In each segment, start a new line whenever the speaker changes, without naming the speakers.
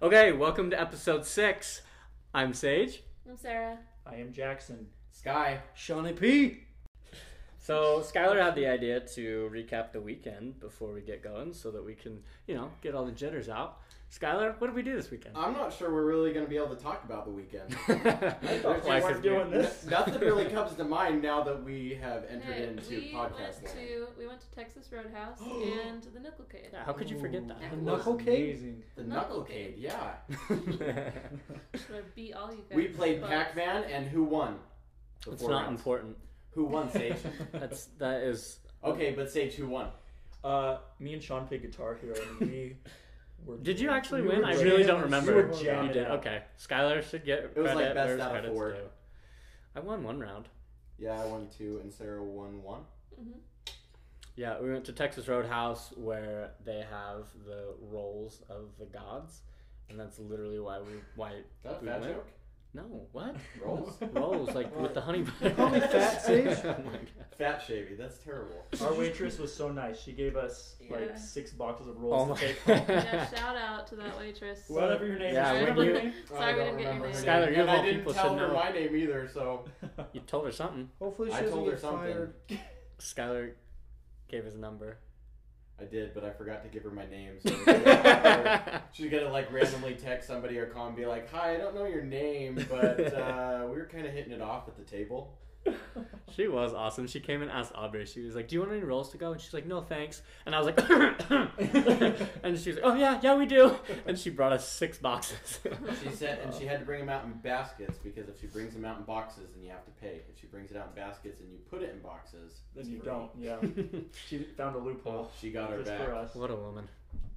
Okay, welcome to episode six. I'm Sage.
I'm Sarah.
I am Jackson.
Sky.
Shawnee P. So Skylar had the idea to recap the weekend before we get going, so that we can, you know, get all the jitters out. Skylar, what did we do this weekend?
I'm not sure we're really going to be able to talk about the weekend.
I thought we
Why, 'cause
weren't doing this.
Nothing really comes to mind now that we have entered
No,
into
we
podcast
went
land.
to we went to Texas Roadhouse and the Nickel Cave.
Yeah, how could you forget that?
Ooh.
That
The
was
knuckle cake?
Amazing.
The
Knuckle
Knucklecade,
Cade.
yeah.
Should I beat all you guys?
We played
But-
Pac Man, and who won? The
It's
four
not
rounds.
important.
Who won, Sage?
That's that is.
okay, but Sage, who won?
Uh, me and Sean played Guitar Hero, and we were.
Did you actually
we
win?
were
I really
jamming-
don't remember.
We were
You
jamming
You did.
out.
Okay, Skylar should get
It was
credit
like best
where his
out of
credit's
four.
due. I won one round.
Yeah, I won two, and Sarah won one.
Mhm.
Yeah, we went to Texas Roadhouse where they have the roles of the gods, and that's literally why we why
Is that a
we
fat
went.
joke?
No, what
Rolls?
rolls like with the honey butter?
call me Fat Sage?
Oh my God.
fat Shavy, that's terrible.
Our waitress was so nice. She gave us
Yeah.
like six boxes of
Oh
rolls
my-
to take home.
Yeah, shout out to that waitress.
Whatever your name
Yeah,
is.
when
remember
you-
your name?
Sorry,
I
we
don't
didn't get your
remember
Skylar, you
name.
her and
of all
I didn't
people should
tell her
know.
my name either, so
You told her something.
Hopefully, she
I
doesn't
told her
get
something.
fired.
Skylar gave his number.
I did, but I forgot to give her my name. So She's gonna like randomly text somebody or call and be like, "Hi, I don't know your name, but uh, we were kind of hitting it off at the table."
she was awesome. She came and asked Aubrey. She was like, "Do you want any rolls to go?" And she's like, "No, thanks." And I was like, and she was like, "Oh yeah, yeah, we do." And she brought us six boxes.
She said, and she had to bring them out in baskets because if she brings them out in boxes, then you have to pay. If she brings it out in baskets and you put it in boxes,
Then
it's
you
free.
don't. Yeah, she found a loophole.
She got her
Just
back.
for us.
Oh, what a woman.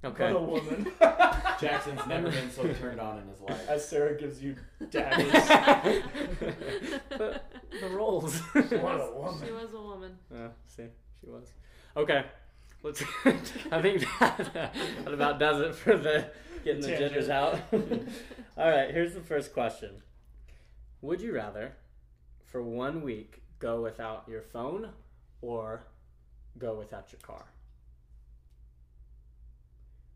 What
Okay.
a woman.
Jackson's never been so turned on in his life.
As Sarah gives you daggers.
But- the rolls.
She
What
was-
a woman.
She was a woman.
Uh, see, she was. Okay, let's. I think that, that about does it for the getting the
Tangent.
jitters out. All right, here's the first question: Would you rather, for one week, go without your phone, or go without your car?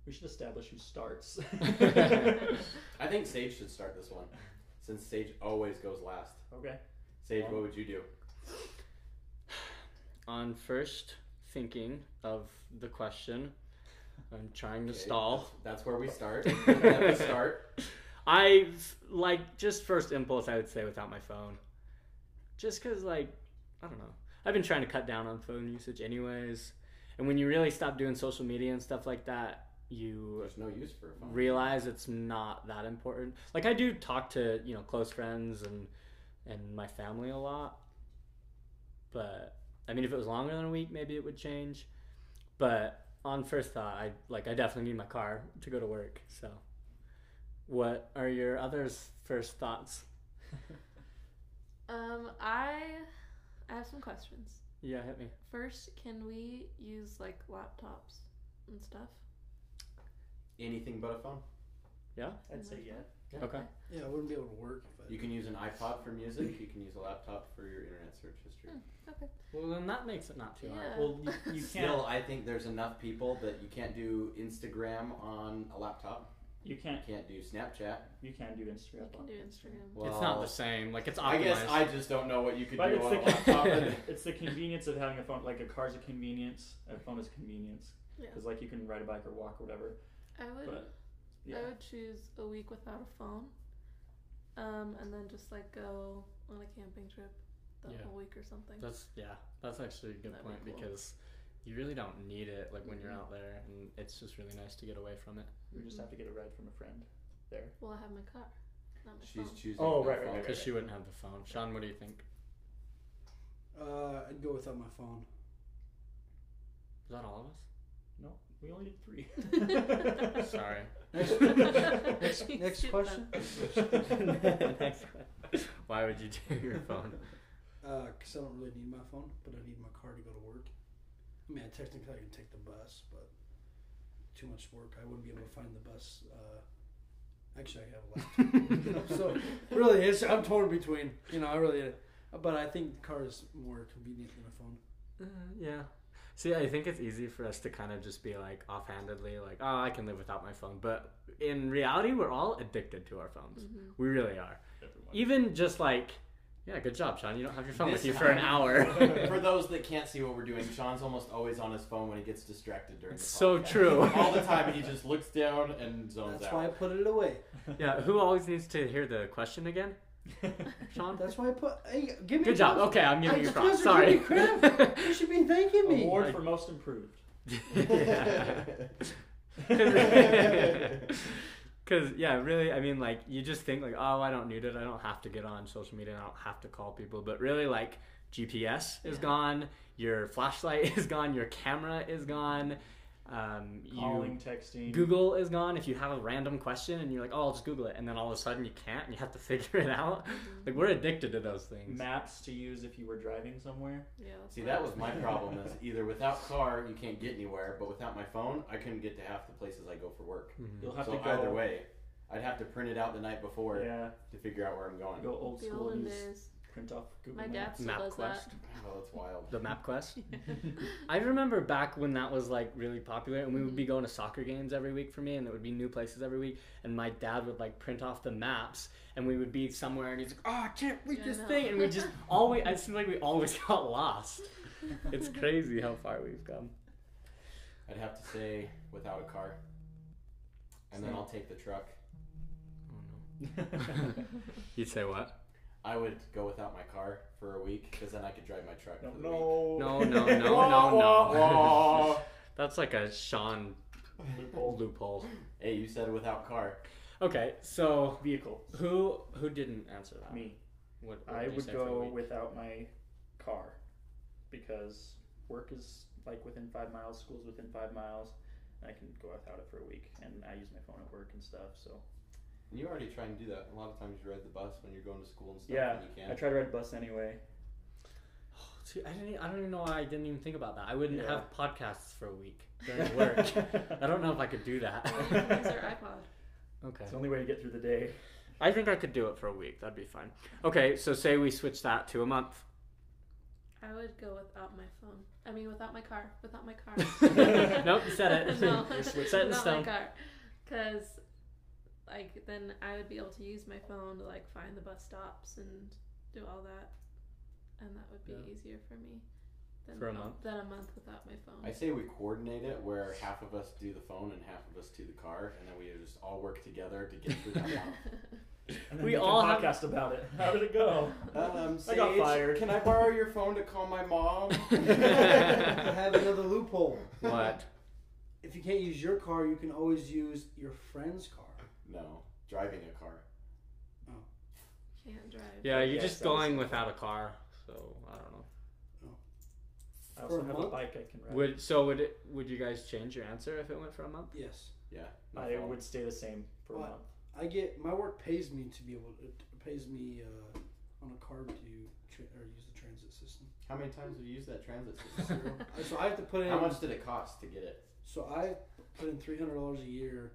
we should establish who starts.
I think Sage should start this one, since Sage always goes last.
okay.
Sage, what would you do?
On first thinking of the question, I'm trying to
Okay,
stall.
That's where we start. That we start.
I like just first impulse. I would say without my phone, just because like I don't know. I've been trying to cut down on phone usage anyways, and when you really stop doing social media and stuff like that, you
There's no use for a phone.
realize it's not that important. Like I do talk to you know close friends and and my family a lot, but I mean if it was longer than a week, maybe it would change. But on first thought, I like I definitely need my car to go to work. So, what are your others' first thoughts?
Um, I I have some questions.
Yeah, hit me.
First, can we use like laptops and stuff?
Anything but a phone.
I'd say yeah.
Okay.
Yeah, I wouldn't be able to work if I.
You can use an iPod for music. You can use a laptop for your internet search history.
Well, then that makes it not too hard.
Yeah.
Well, you, you can't.
Still, I think there's enough people that you can't do Instagram on a laptop.
You can't.
You can't do Snapchat.
You can do Instagram.
You can do Instagram.
Well,
it's not the same. Like it's optimized.
I guess I just don't know what you could
But
do
it's
on a
the, uh,
laptop.
and-
it's the convenience of having a phone. Like a car's a convenience. A phone is convenience
Yeah.
because like you can ride a bike or walk or whatever.
I would
But yeah,
I would choose a week without a phone, um, and then just like go on a camping trip that
Yeah.
whole week or something.
That's yeah. That's actually a good
That'd be
point
cool.
because you really don't need it like when you're
Mhm.
out there, and it's just really nice to get away from it.
you just have to get a ride from a friend. There.
Mm-hmm. Well, I have my car, not my
She's
phone.
choosing.
Oh,
the
right, right,
phone.
right,
Because she wouldn't have the phone. Sean, what do you think?
Uh, I'd go without my phone.
Is that all of
No, we only did three.
us? Sorry.
Next,
You
next
skipped
question.
Next question. Why would you do your phone?
Uh, cause I don't really need my phone, but I need my car to go to work. I mean, I technically I can take the bus, but too much work. I wouldn't be able to find the bus. Uh, actually, I have a laptop. so really, it's I'm torn between. You know, I really, but I think the car is more convenient than a phone.
Uh, yeah. See, I think it's easy for us to kind of just be like offhandedly, like, oh, I can live without my phone. But in reality, we're all addicted to our phones.
Mhm.
We really are.
Everyone.
Even just like, yeah, good job, Sean. You don't have your phone
This
with you for an hour.
For those that can't see what we're doing, Sean's almost always on his phone when he gets distracted during.
It's
the
so
podcast.
true.
All the time, he just looks down and zones
That's
out.
why I put it away.
yeah, who always needs to hear the question again? Sean?
That's why I put. Hey, give me.
Good
a
job.
close-
Okay, I'm giving
I
you
just
props.
wasn't
Sorry.
giving you You should be thanking me.
Award
Like-
for most improved.
Yeah. Because, yeah, really, I mean, like, you just think, like, oh, I don't need it. I don't have to get on social media. I don't have to call people. But really, like, GPS is
Yeah.
gone. Your flashlight is gone. Your camera is gone. Um, you,
Calling, texting.
Google is gone. If you have a random question and you're like, oh, I'll just Google it. And then all of a sudden you can't and you have to figure it out. Like, we're addicted to those things.
Maps to use if you were driving somewhere.
Yeah. that's
See,
what
that
I-
was my problem. Is either without car, you can't get anywhere, but without my phone, I couldn't get to half the places I go for work.
Mhm.
You'll have
Mm. so
to go
either way, I'd have to print it out the night before
Yeah,
to figure out where I'm going.
go old
the
school.
olden
Use
days.
print off Google
My dad
Maps.
still
Map
does
Quest.
Oh, that's wild.
The map quest. I remember back when that was like really popular, and we would be
Mm-hmm.
going to soccer games every week for me, and there would be new places every week. And my dad would like print off the maps, and we would be somewhere, and he's like, "Oh, I can't read
Yeah, I
this
know.
thing," and we just always. It seems like we always got lost. It's crazy how far we've come.
I'd have to say without a car, and then
Same.
I'll take the truck.
Oh, You'd say what?
I would go without my car for a week because then I could drive my truck for the week.
no.
No, no, no,
Wah,
no,
wah,
no.
wah.
That's like a Sean
Loophole.
loophole.
hey, you said without car.
Okay, so
Vehicle.
who who didn't answer that?
Me.
What, what
I
did you
would
say for the
go
week?
without my car because work is like within five miles, school's within five miles, and I can go without it for a week. And I use my phone at work and stuff. So
And You already try and do that. A lot of times you ride the bus when you're going to school and stuff.
Yeah,
and you
I
can.
try to ride bus anyway.
See, I didn't. e- I don't even know why I didn't even think about that. I wouldn't
Yeah.
have podcasts for a week during work. I don't know if I could do that.
Or you can use their iPod.
Okay.
It's the only way to get through the day.
I think I could do it for a week. That'd be fine. Okay, so say we switch that to a month.
I would go without my phone. I mean, without my car. Without my car.
Nope, you said it.
no,
You're switching.
Set in
without
stone.
my car. Because, like, then I would be able to use my phone to like find the bus stops and do all that, and that would be
Yeah.
easier for me. Than
For a month?
Than a month without my phone.
I say we coordinate it where half of us do the phone and half of us do the car, and then we just all work together to get through that month.
And then
We
make a
all have-
podcast about it. How did it go?
Um,
I got
Sage,
fired.
Can I borrow your phone to call my mom?
I have another loophole.
What?
If you can't use your car, you can always use your friend's car.
No, driving a car.
Can't drive.
Yeah, you're
Yes,
just
that was-
going without a car. So I don't know.
I
For
also
a
have a
month?
bike I can ride.
Would so would it, would you guys change your answer if it went for a month?
Yes.
Yeah. no
I
phone.
would stay the same for a
What?
month.
I get my work pays me to be able to it pays me uh, on a card to tra- or use the transit system.
How many times have you used that transit system?
I- So I have to put in.
How much did it cost to get it?
So I put in three hundred dollars a year,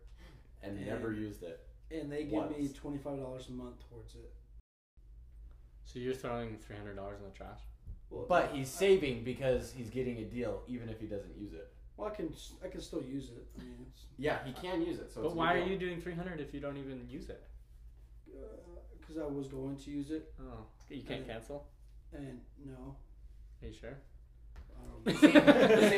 And
Yeah.
never used it.
and they give me
Once.
twenty five dollars a month towards it.
So you're throwing three hundred dollars in the trash.
Well,
But he's saving because he's getting a deal, even if he doesn't use it.
Well, I can s- I can still use it. I mean, it's
Yeah, he can use it. So it's
but
a
why
good
are
deal.
you doing three hundred if you don't even use it?
because uh, I was going to use it,
Oh, you can't cancel.
and no,
Are you sure?
I don't.
See,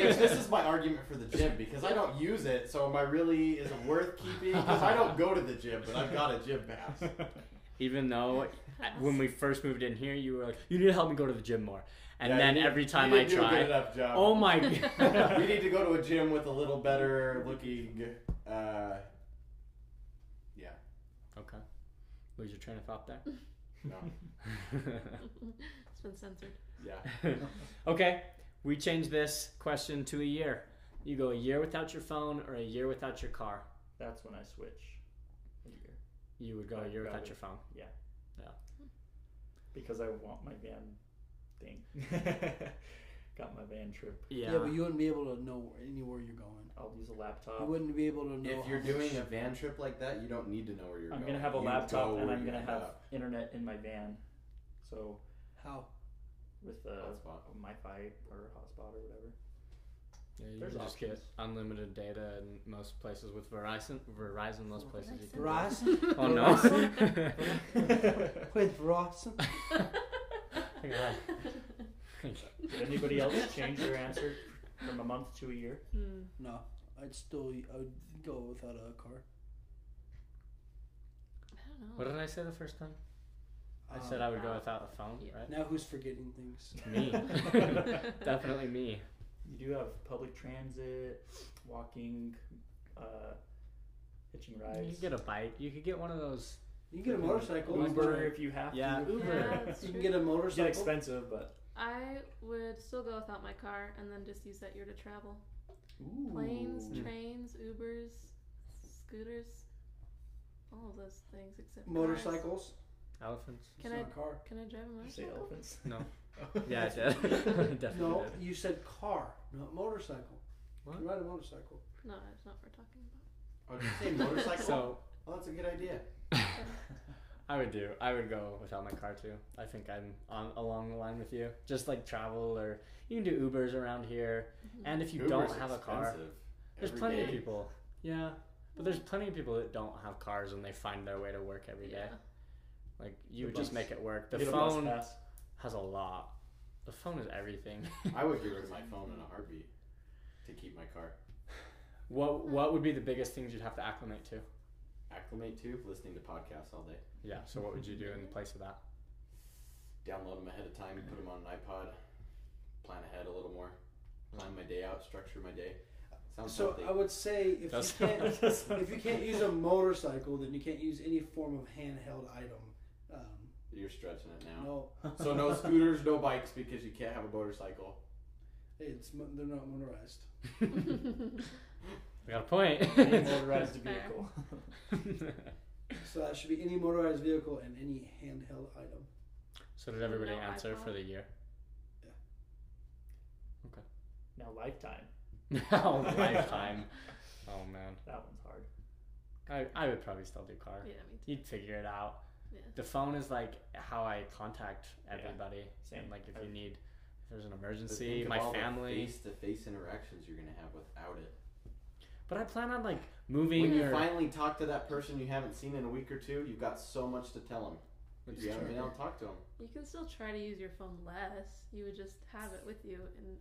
this is my argument for the gym because I don't use it, so am I really is it worth keeping? Because I don't go to the gym, but I've got a gym pass.
Even though I- when we first moved in here, you were like, "You need to help me go to the gym more," and
Yeah,
then
you-
every time
you
I
didn't do a good
try,
enough job.
oh my
we
god,
need to go to a gym with a little better looking. Uh, yeah,
okay, lose your train of thought there.
no,
it's been censored.
yeah.
okay, we change this question to a year. You go a year without your phone or a year without your car.
That's when I switch. A year.
You would go a
I'd
year without
rather-
your phone.
because I want my van thing. Got my van trip.
Yeah.
yeah, but you wouldn't be able to know anywhere you're going.
I'll use a laptop.
You wouldn't be able to know.
Uh, If you're
how much-
doing a van trip like that, you don't need to know where you're
I'm
going.
gonna have a
You
laptop
go
and
where
I'm
you
gonna
end
have
up.
internet in my van. So uh,
how
with the
Hotspot.
my fi or hotspot or whatever.
Yeah, you
There's
can just get
options.
unlimited data in most places with Verizon. Verizon, most places you can.
Verizon.
Oh no!
With Ross.
Did anybody else change their answer from a month to a year?
Hmm.
No, I'd still I would go without a car.
I
what
don't know.
did I say the first time? I
Um,
said I would go
wow.
without a phone,
uh, Yeah.
right?
Now who's forgetting things?
Me, definitely me.
You do have public transit, walking, uh, hitching
You
rides.
could get a bike. You could get one of those.
You can get a motorcycle. that's
Uber
fine.
if you have
Yeah,
to.
Uber.
Yeah, that's
You
true.
can get a
It's not
motorcycle.
expensive, but
I would still go without my car and then just use that year to travel. Planes,
Ooh.
trains, Ubers, scooters, all of those things except cars.
Motorcycles.
Elephants?
It's
Can
not
I-
a car.
Can I drive a
Did you say
motorcycle?
elephants?
No. Yeah, I did. definitely
no,
did.
you said car, not motorcycle. You can ride a motorcycle.
No, that's not what we're talking about.
Oh, did you say motorcycle?
So
oh, that's a good idea.
I would do. I would go without my car too. I think I'm on along the line with you. Just like travel, or you can do Ubers around here.
Mm-hmm.
And if you
Uber's
don't have a car,
expensive.
there's
Every
plenty of
day.
people. Yeah, but there's plenty of people that don't have cars and they find their way to work every day.
yeah.
Like you
The
would just
bus.
make it work. The
Get a bus
phone
pass.
has a lot. The phone is everything.
I would give her my phone in a heartbeat to keep my car.
what What would be the biggest things you'd have to acclimate to?
Acclimate to listening to podcasts all day.
Yeah. So what would you do in place of that?
Download them ahead of time, put them on an iPod, plan ahead a little more, plan my day out, structure my day. Sounds
So
healthy.
I would say if
That's-
you can't if you can't use a motorcycle, then you can't use any form of handheld item. Um,
You're stretching it now.
no,
So no scooters, no bikes because you can't have a motorcycle.
it's mo- they're not motorized.
I got a point.
Any motorized
Fair.
vehicle.
So that should be any motorized vehicle and any handheld item.
so did everybody
No
answer for
iPod?
the year?
Now lifetime.
Now lifetime. Oh man,
That one's hard.
I I would probably still do car.
Yeah, me too.
You'd figure it out.
Yeah.
The phone is like how I contact
Yeah.
everybody.
Same.
And like if
I-
you need, if there's an
But
emergency,
think of
my
all the
family.
Face-to-face interactions you're gonna have without it.
But I plan on like
When
moving
you
or
finally talk to that person you haven't seen in a week or two, you've got so much to tell them.
That's
you haven't
true.
been able to talk to them.
You can still try to use your phone less. You would just have it with you in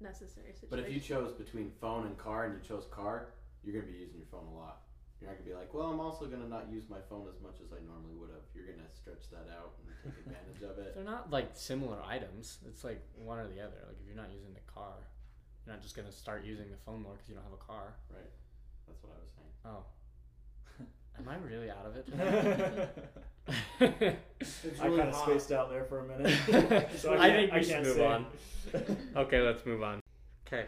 necessary situations.
But if you chose between phone and car and you chose car, you're gonna be using your phone a lot. You're not gonna be like, well, I'm also gonna not use my phone as much as I normally would have. You're gonna stretch that out and take advantage of it.
They're not like similar items. It's like one or the other. Like if you're not using the car, you're not just gonna start using the phone more because you don't have a car.
That's what I was saying.
Oh, am I really out of it?
It's
I
really
kind of
hot.
spaced out there for a minute. So
I
I, can't-
think
I
we should
can't
move
say.
on. Okay, let's move on. Okay,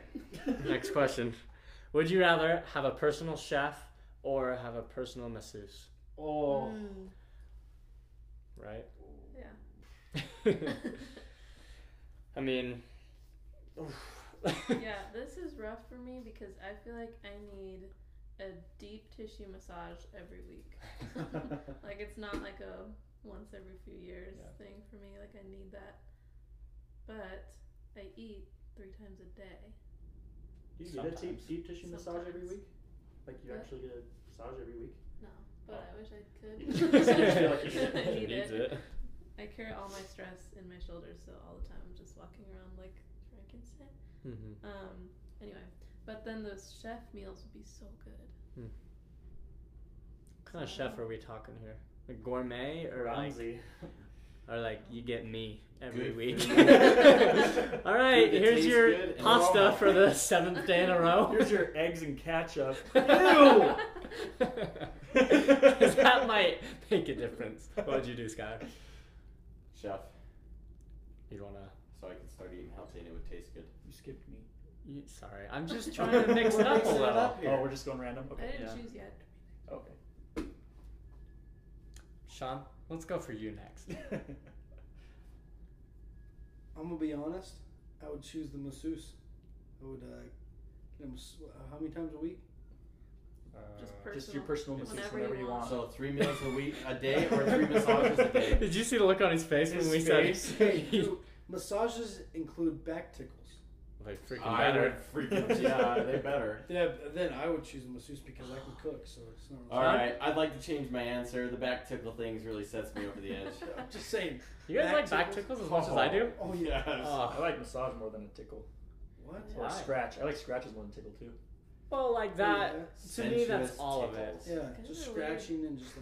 next question. Would you rather have a personal chef or have a personal masseuse?
Oh,
Mm,
Right.
yeah.
I mean,
yeah, this is rough for me because I feel like I need a deep tissue massage every week. like it's not like a once every few years
Yeah.
thing for me. Like I need that. But I eat three times a day.
do you
Sometimes.
get a deep, deep tissue massage every
Sometimes.
week? Like you
Yeah.
actually get a massage every week?
No, but I wish I could. I
she
need
needs
it.
it.
I carry all my stress in my shoulders, so all the time I'm just walking around like Frankenstein.
Mm-hmm.
Um. Anyway, but then those chef meals would be so good.
What kind of chef are we talking here? Like gourmet or like,
Ramsey.
or like you get me every
Good
week?
food.
All right,
Food that
here's
tastes
your
good and
pasta
aroma.
for the seventh day in a row.
Here's your eggs and ketchup.
Ew! 'Cause that might make a difference. What would you do, Sky?
Chef,
You'd wanna.
so I could start eating healthy and it would taste good.
You skipped me.
You, sorry, I'm just trying to mix it
We're
up a
mixing it
little.
up
Oh, we're
here.
just going random.
I
Okay.
didn't
yeah.
choose yet.
Okay.
Sean, let's go for you next.
I'm gonna be honest. I would choose the masseuse. I would uh, get a mas- how many times a week?
Just
Uh,
personal.
Just your personal
Whenever
masseuse whenever,
you
you want.
want.
So three meals a week, a day, or three massages a day.
Did you see the look on his face
His
when we
face.
said?
Hey, dude, massages include back tickles.
Like freaking
I would
better.
freaking yeah, they better.
Yeah, but then I would choose a masseuse because I can cook, so it's not. Really
All right, I'd like to change my answer. The back tickle things really sets me over the edge.
I'm just saying.
You guys
Back
like back
tickles?
tickles as much as I do?
Oh yes.
I like massage more than a tickle
What?
or
Why?
a scratch. I like scratches more than tickle too.
Well, like that. To me, that's
Sensuous
all of
tickles.
Yeah,
Kinda
just
weird.
scratching and just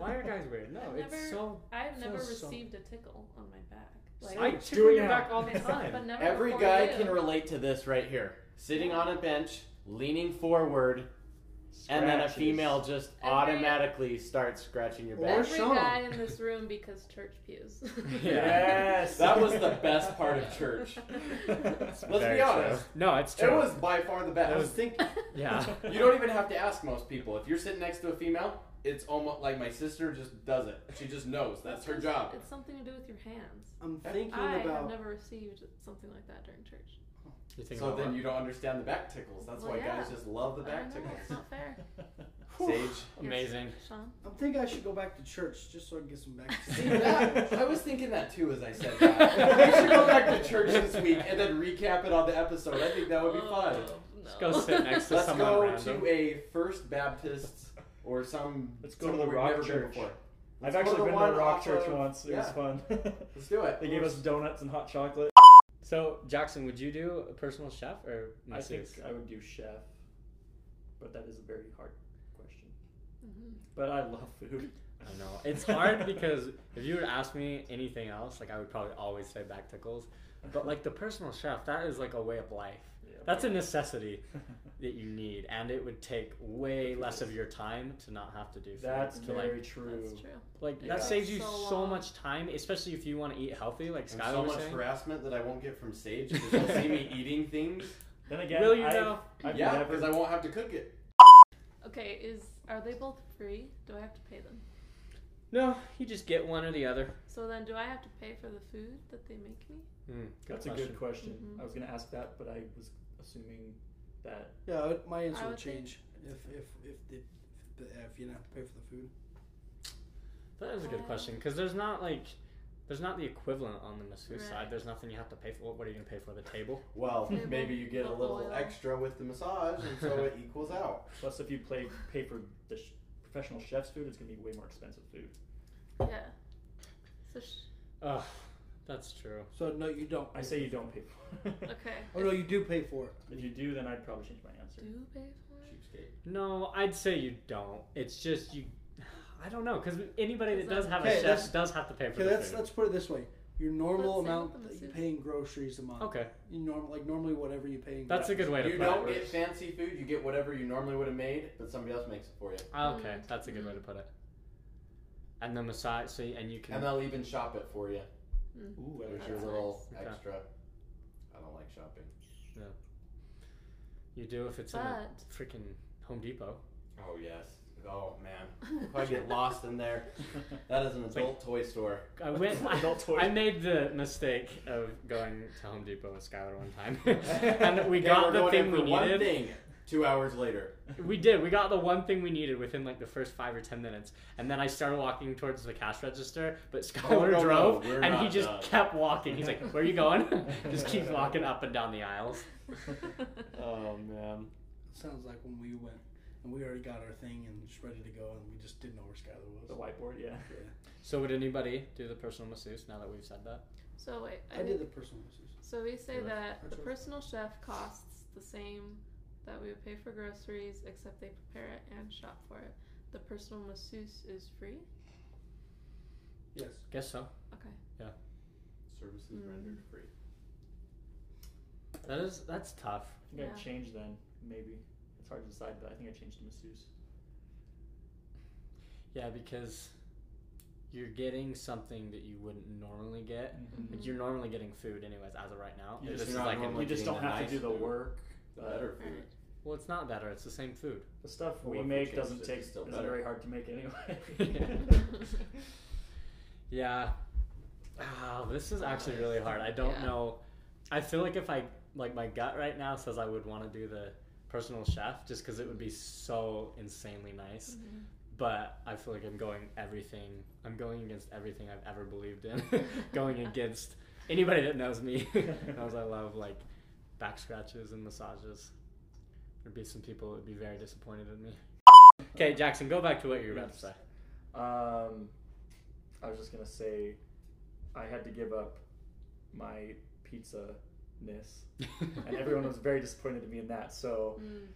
Why are guys weird? No,
I've
it's
never-
so.
I've never
Feels so-
received a tickle on my back.
I
do
tickle
it
your
now.
back all the
It's- but
time.
never
Every
before
guy
you.
can relate to this right here. Sitting on a bench, leaning forward, and then a
Scratches.
female just
Every-
automatically starts scratching your back.
Or
Every
Sean.
guy in this room because church pews.
Yes, that was the best part of church. Let's
Very
be honest.
true. No, it's
It
true.
was by far the best.
I was thinking.
yeah.
You don't even have to ask most people. If you're sitting next to a female, it's almost like my sister just does it. She just knows. That's her job.
It's something to do with your hands.
I'm thinking
I have
about.
never received something like that during church.
You think
So
about
then
what?
you don't understand the back tickles. That's
Well,
why
yeah.
guys just love the back
I know, it's
tickles.
not fair.
Sage.
Amazing.
Sean?
I'm thinking I should go back to church just so I can get some back.
See that? I was thinking that too as I said that. we should go back to church this week and then recap it on the episode. I think that would be fun.
Oh,
Let's
no.
go sit next to
Let's
someone
go
random.
to a First Baptist or some.
Let's go to
someone
the
we've
Rock
never been
Church.
before. Let's
I've
go
actually
to the
been to
one
a rock
off
church
of-
once. It was
yeah.
fun.
Let's do it.
they gave us donuts and hot chocolate.
So Jackson, would you do a personal chef or
I think
masseuse?
I would do chef, but that is a very hard question.
Mhm.
But I love food.
I don't know. It's hard because if you would ask me anything else, like I would probably always say back tickles. But like the personal chef, that is like a way of life.
Yeah.
That's a necessity that you need, and it would take way less of your time to not have to do. food.
That's
to
very
like,
true.
Mm-hmm. That's true.
like
Yeah.
that saves you
So
so,
long.
much time, especially if you want to eat healthy, like
And
Sky
so
was
much
saying.
harassment that I won't get from Sage because she'll see me eating things.
Then again,
Will you
I've,
know?
I've
yeah,
never-
because I won't have to cook it.
Okay, is are they both free? Do I have to pay them?
No, you just get one or the other.
So then, do I have to pay for the food that they make me?
Hmm,
Mm,
That's a good question.
Mhm.
Mm-hmm.
I was gonna ask that, but I was assuming that
Yeah, I would- my answer
I
would
would think-
change if if if the, if, the, if you didn't have to pay for the food.
That is a good
Um,
question because there's not like there's not the equivalent on the masseuse
Right.
side. There's nothing you have to pay for. What are you gonna pay for the table?
Well,
Table,
maybe you get a
little
little
oil.
extra with the massage, and so it equals out.
plus if you play pay for the sh- professional chef's food, it's gonna be way more expensive food.
Yeah. So sh-
Ugh, that's true.
So no, you don't.
I say you don't pay for. it.
okay.
Oh no, you do pay for it.
if you do, then I'd probably change my answer.
Do you pay for it?
Cheapskate.
No, I'd say you don't. It's just you. I don't know because anybody that does have a
Okay, let's-
chef does have to pay for
Okay,
the
let's
food.
let's put it this way: your normal
Let's say
amount
with the
that you
masseuse.
pay in groceries a month.
okay,
You norm like normally whatever you pay. In
that's a good way to
You
put
don't
it.
get fancy food. You get whatever you normally would have made, but somebody else makes it for you,
Okay,
Mm.
that's a good way to put it. And the massage, so and you can.
and they'll even shop it for you.
Ooh, I
There's
like
your
That's
that.
little
nice. Okay.
extra. I don't like shopping.
you do if it's in a
But
freaking Home Depot.
Oh yes. Oh man. If I get lost in there, that is an
like-
adult toy store.
I went.
Adult toy.
I made the mistake of going to Home Depot with Skylar one time, and we
Okay,
got
we're
the
going
thing
in
we
for One
needed.
thing. Two hours later.
We did. We got the one thing we needed within like the first five or ten minutes, and then I started walking towards the cash register, but
Oh,
Skylar
no,
drove,
no, we're
and he
not
just
done.
kept walking. He's like, "Where are you going?" just keeps walking up and down the aisles. Oh man.
Sounds like when we went and we already got our thing and just ready to go, and we just didn't know where Skylar
the
was.
whiteboard, yeah.
So would anybody do the personal masseuse now that we've said that?
so wait,
I did the personal masseuse.
So we say
Good.
that the
That's right.
personal chef costs the same that we would pay for groceries, except they prepare it and shop for it. The personal masseuse is free.
Yes.
Guess so.
Okay.
Services
Mm.
rendered free.
That is that's tough.
I think
Yeah.
I'd change then, maybe. It's hard to decide, but I think I changed to masseuse.
Yeah, because you're getting something that you wouldn't normally get.
Mm-hmm.
Mhm.
Like you're normally getting food anyways as of right now.
You
It's
just,
is
not
like
normal.
an,
you just
getting
don't
the
have
nice
to do the
food.
work.
The
but
better
All
food.
right.
well, it's not better. It's the same food.
The stuff
Well,
we
if we
make
changed
doesn't
it,
take
it's still
isn't
better.
very hard to make anyway.
Yeah. Ah, this is actually really hard. I don't
Yeah.
know. I feel like if I like my gut right now says I would want to do the personal chef just because it would be so insanely nice.
Mhm.
But I feel like I'm going everything. I'm going against everything I've ever believed in. going against anybody that knows me knows I love like back scratches and massages. There'd be some people that would be very disappointed in me. Okay, Jackson, go back to what you were about to say.
Um, I was just gonna say, I had to give up my pizza ness, and everyone was very disappointed in me in that. So
Mm,
you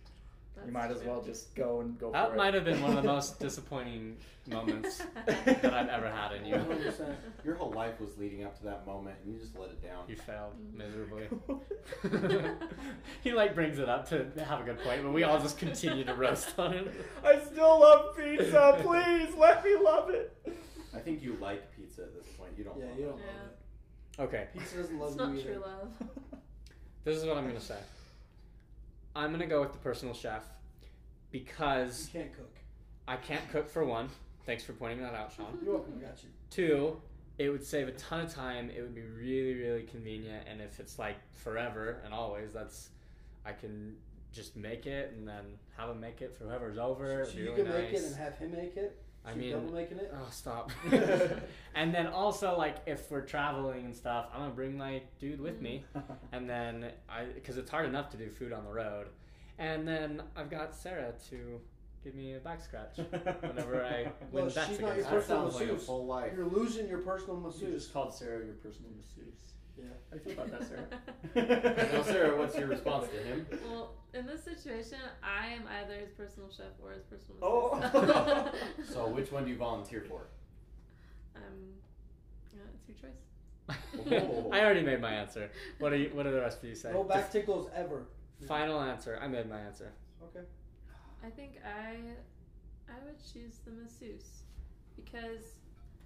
that's
might as
true.
well just go and go for
That
it.
might have been one of the most disappointing moments that I've ever had in you.
100%.
Your whole life was leading up to that moment, and you just let it down.
You failed miserably. he like brings it up to have a good point, but we all just continue to roast on him.
I still love pizza. Please let me love it.
I think you like pizza at this point. You don't.
Yeah,
love
you
it.
don't
Yeah.
love it.
Okay,
Pizza doesn't love
It's
you
not
either.
true love.
this is what I'm gonna say. I'm gonna go with the personal chef
You
because
can't cook.
I can't cook for one. Thanks for pointing that out, Sean.
You're welcome. I got you.
Two, it would save a ton of time. It would be really, really convenient. And if it's like forever and always, that's I can just make it and then have them make it for whoever's over. It'd
so
be
you
really
can make it
nice.
and have him make it.
I
so you're double
mean,
making it.
oh, stop. and then also like if we're traveling and stuff, I'm gonna bring my dude with me. And then I, because it's hard enough to do food on the road. And then I've got Sarah to give me a back scratch whenever I win
Well,
bets
she's not
against
your
her.
That
personal
sounds like a
masseuse.
full life.
You're losing your personal
You
masseuse.
just called Sarah your personal masseuse.
Yeah.
How do you feel about that, Sarah?
Now, Sarah, what's your response to him?
Well, in this situation, I am either his personal chef or his personal
Oh.
assistant.
So, which one do you volunteer for?
Um, yeah, it's your choice.
Oh.
I already made my answer. What are you, what do the rest of you say?
No back tickles ever.
Final answer. I made my answer.
Okay.
I think I, I would choose the masseuse, because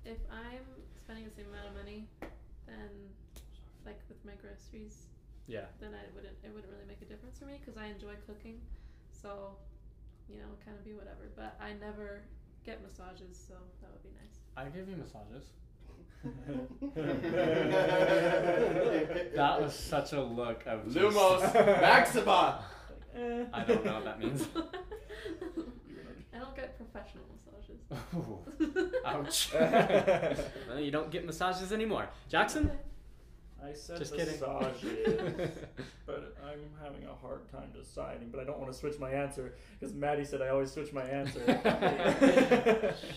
if I'm spending the same amount of money, then like with my groceries,
Yeah.
then I wouldn't. It wouldn't really make a difference for me because I enjoy cooking, so you know, kind of be whatever. But I never get massages, so that would be nice.
I give you massages. That
that
was such a look of just-
Lumos Maxima.
I don't know what that means.
eh.
I don't get professional massages.
Ooh, ouch. well, you don't get massages anymore, Jackson.
Okay.
I said
Just kidding.
massages, but I'm having a hard time deciding. But I don't want to switch my answer because Maddie said I always switch my answer.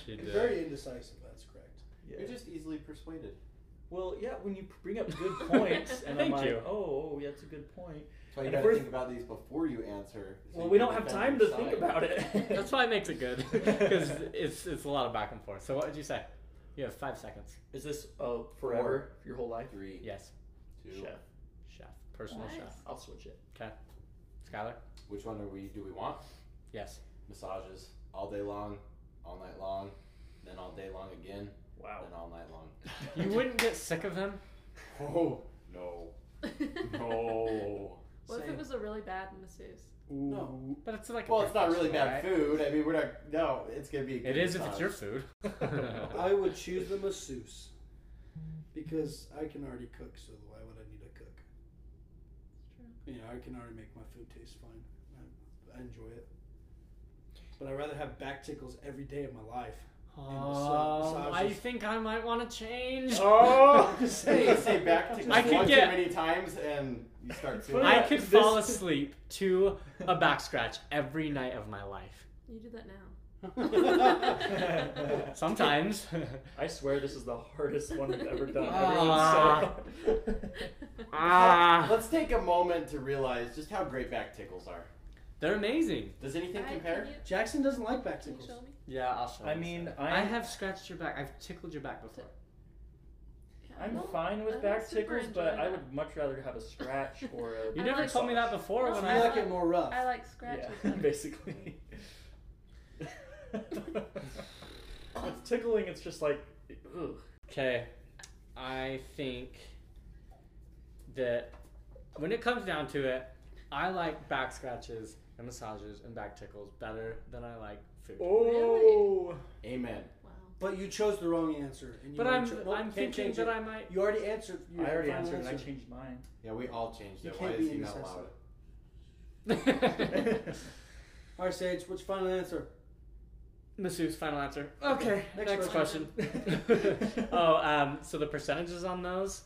She
You're
did.
very indecisive. That's correct.
You're just easily persuaded.
Well, yeah, when you bring up good points, and I'm
Thank
like,
you.
oh, oh, yeah, that's a good point.
That's why you
And if
gotta
we're-
think about these before you answer. so
well,
you
we
can
don't have
defend
time to
your
think
side.
about it.
That's why it makes it good because it's it's a lot of back and forth. So what would you say? You have five seconds.
Is this uh, forever? Your whole life?
Three,
Yes,
two.
Chef.
chef, personal
Nice.
chef,
I'll switch it.
Skylar.
Which one are we? Do we want
Yes.
massages all day long, all night long, then all day long again,
Wow.
then all night long?
You wouldn't get sick of them.
Oh no, no.
What if
Same.
it was a really bad masseuse?
No.
But it's like a
Well, it's not really
professional,
bad
right?
food. I mean, we're not. No, it's gonna be. A good
It is if it's
massage.
your food.
I would choose the masseuse because I can already cook. So why would I need a cook? You know, I can already make my food taste fine. I, I enjoy it. But I'd rather have back tickles every day of my life.
Oh, I
massages.
think I might want to change.
Oh!
Just
Say, say back to
I
one
could get-
too many times, and you start feeling.
I
that.
could
This-
fall asleep to a back scratch every night of my life.
You do that now.
Sometimes.
I swear this is the hardest one we've ever done.
Ah.
Everyone's so-
ah,
Let's take a moment to realize just how great back tickles are.
they're amazing.
Does anything
Hi,
compare?
Can you,
Jackson doesn't like back
can you
tickles.
show me?
Yeah, I'll show.
I mean, I'm,
I have scratched your back. I've tickled your back before.
Yeah, I
I'm
don't-
fine
I
with
don't
back
super
tickles,
enjoy
but I
that.
would much rather have a scratch or a.
You
I
never
like-
told me that before
No,
when
You
I.
I-
like it more rough.
I like scratches.
Yeah,
I like-
basically. it's tickling. It's just like, ugh.
Okay, I think that when it comes down to it, I like back scratches and massages and back tickles better than I like food.
Oh.
Amen.
Wow.
but you chose the wrong answer. And you
But I'm
already cho- Nope,
I'm
can't
thinking
change
that
it.
I might.
You already answered. You
I already
final
answered and I
answer.
changed mine.
Yeah, we all changed
You
it. Why
can't
is
be
he not
indecisive.
allowed?
All right, Sage. What's your final answer?
Masseuse, final answer. Okay,
Next
next,
question.
question. oh, um, so the percentages on those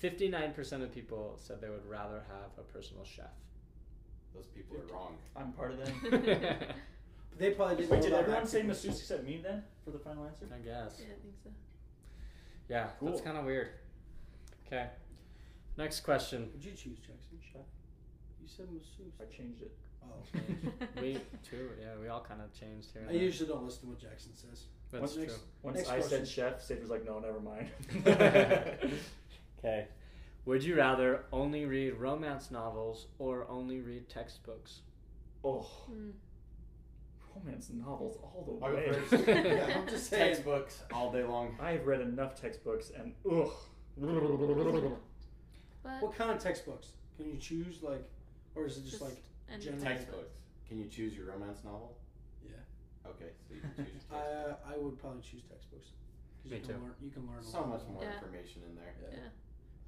Fifty-nine percent of people said they would rather have a personal chef.
Those people are wrong.
I'm part of them.
I
But they probably didn't.
Wait,
know
did
about
everyone
that.
say masseuse except me then for the final answer?
guess.
Yeah, I think so.
Yeah,
Cool.
that's kind of weird. Okay. Next question.
Would you choose Jackson?
Chef.
You said masseuse.
I changed it.
Oh.
We too. Yeah, we all kind of changed here.
I usually don't listen to what Jackson says.
That's
What's
true.
Once
Next
I
question.
said chef, Sage was like, no, never mind.
Okay. Would you rather only read romance novels or only read textbooks?
oh,
Hmm.
romance novels all the
I'll go
way.
first.
yeah, I'm just saying.
Textbooks all day long.
I've read enough textbooks and ugh.
But
What kind of textbooks? Can you choose like, or is it just,
Just
like
and
general-
Textbooks. Can you choose your romance novel? Uh,
Yeah.
Okay, so you can choose your
I I would probably choose textbooks. 'Cause
Me
you can
too.
Learn, you can learn a
text. So
lot
much more
Yeah.
information in there.
Yeah.
Yeah.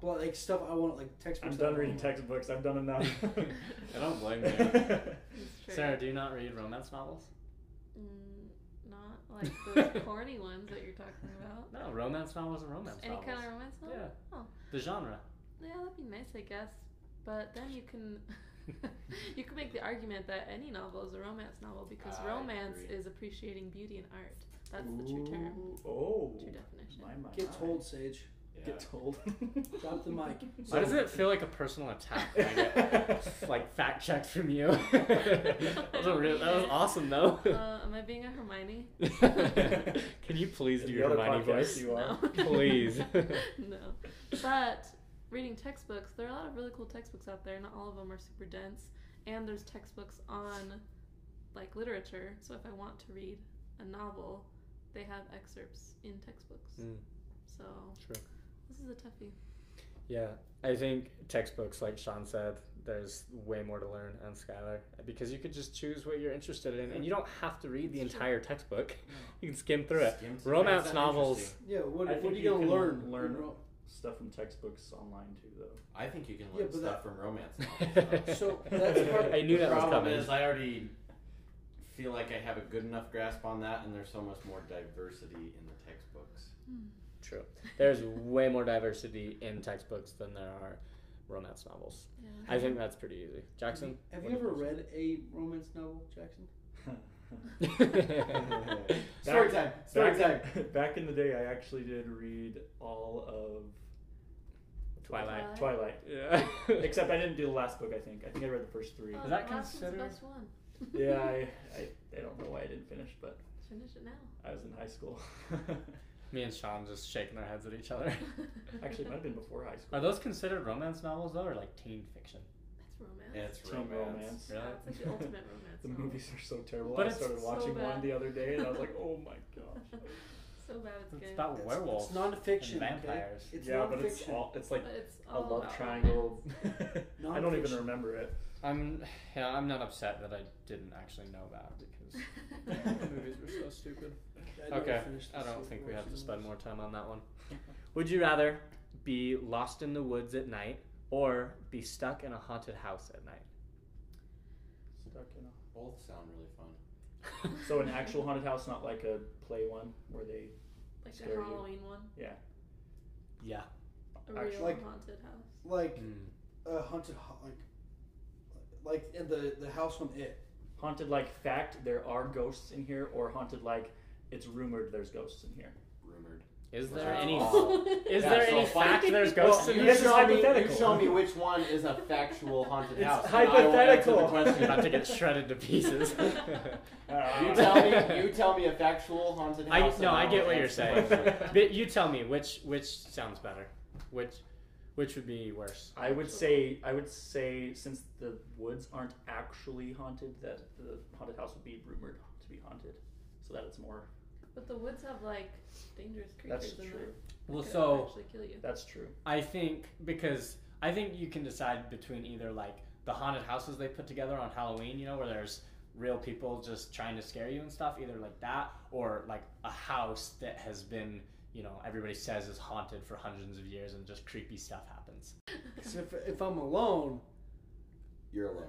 But like stuff I want like textbooks.
I'm
that I
done
wanna
reading
learn.
textbooks. I've done enough.
I don't blame you.
I
It's true.
Sarah, do you not read romance novels?
Mm, not like those corny ones that you're talking about.
No, romance novels are romance
Any
novels.
kind of romance novel?
Yeah.
Oh.
The genre.
Yeah, that'd be nice, I guess. But then you can you can make the argument that any novel is a romance novel because
I
romance
agree.
is appreciating beauty and art. That's the true term,
Oh.
true definition.
My, my,
Get
my.
told, Sage.
Yeah.
Get told.
Drop the mic.
Why does it feel like a personal attack? when I get, like fact checked from you. that, was a real, that was awesome though.
Uh, am I being a Hermione?
Can you please do
The
your
other
Hermione
podcast
voice?
You are.
No.
Please.
no. But reading textbooks, there are a lot of really cool textbooks out there. Not all of them are super dense. And there's textbooks on like literature. So if I want to read a novel, they have excerpts in textbooks.
Mm,
So
true.
this is a toughie.
Yeah, I think textbooks, like Sean said, there's way more to learn on Skylar because you could just choose what you're interested in, and you don't have to read the
That's true.
entire textbook.
No.
You can skim through it.
Skim through
Romance
That's
novels.
interesting.
Yeah. What,
I
what
think
are you
you
gonna
can
learn?
learn-
You know?
Stuff from textbooks online too, though.
I think you can
Yeah,
learn
but
stuff
that-
from romance novels. though.
So that's part.
I knew
the
that was
problem
coming.
is I already feel like I have a good enough grasp on that, and there's so much more diversity in the textbooks.
True. There's way more diversity in textbooks than there are romance novels.
Yeah.
I think that's pretty easy. Jackson?
Have you ever read a romance novel, Jackson?
Uh,
Story time. Story time.
back, back in the day, I actually did read all of
Twilight.
Uh.
Twilight.
Yeah.
Except I didn't do the last book. I think. I think I read the first three.
Oh,
Is
the
that
last one's the
considered-
best one.
Yeah, I, I, I don't know why I didn't finish, but
Finish it now.
I was in high school.
Me and Sean just shaking our heads at each other.
actually, it might have been before high school.
Are those considered romance novels though, or like teen fiction?
That's romance.
It's
Teen
romance.
romance.
Really?
That's like the ultimate romance.
The
novel.
movies are so terrible.
But
I
it's
started
so
watching one
bad.
the other day, and I was like, oh my gosh.
So bad it's,
It's
good.
about
It's,
werewolves.
It's nonfiction.
and
okay?
vampires.
It's
yeah,
nonfiction.
but it's all it's like
but it's
a
all
love
about
triangle.
romance.
I don't even
Nonfiction.
remember it.
I'm yeah, I'm not upset that I didn't actually know that because the movies were so stupid.
I never
Okay,
finished the
I don't
Silk
think we have to
Road
spend
novels.
more time on that one. Would you rather be lost in the woods at night or be stuck in a haunted house at night?
Stuck in a-
Both sound really fun.
So an actual haunted house, not like a play one where they
like
Scare
the
you.
Halloween one,
Yeah.
a
Actually,
real
like-
haunted house.
Like
Hmm.
Hmm.
a haunted, ho- like, like in the the house from It.
haunted like fact there are ghosts in here, or haunted like it's rumored there's ghosts in here.
Rumored.
Is
Those
there
are
any
all-
is
Yeah,
there
so
any
fine.
fact there's ghosts
Well,
in
yes,
this?
it's
show me, you
hypothetical.
show me which one is a factual haunted
It's
house. and I will answer the
hypothetical.
I'm
question.
about to get shredded to pieces.
You tell me. You tell me a factual haunted
I-
house.
no,
and
I
will
get what you're
answer
saying.
the question.
but you tell me which which sounds better, which which would be worse.
I would say I would say since the woods aren't actually haunted, that the haunted house would be rumored to be haunted, so that it's more.
But the woods have like dangerous creatures
That's
in
true.
there.
Well,
Could
so
actually kill you.
That's true.
I think because I think you can decide between either like the haunted houses they put together on Halloween, you know, where there's real people just trying to scare you and stuff, either like that or like a house that has been, you know, everybody says is haunted for hundreds of years and just creepy stuff happens.
'Cause if if I'm alone,
You're alone.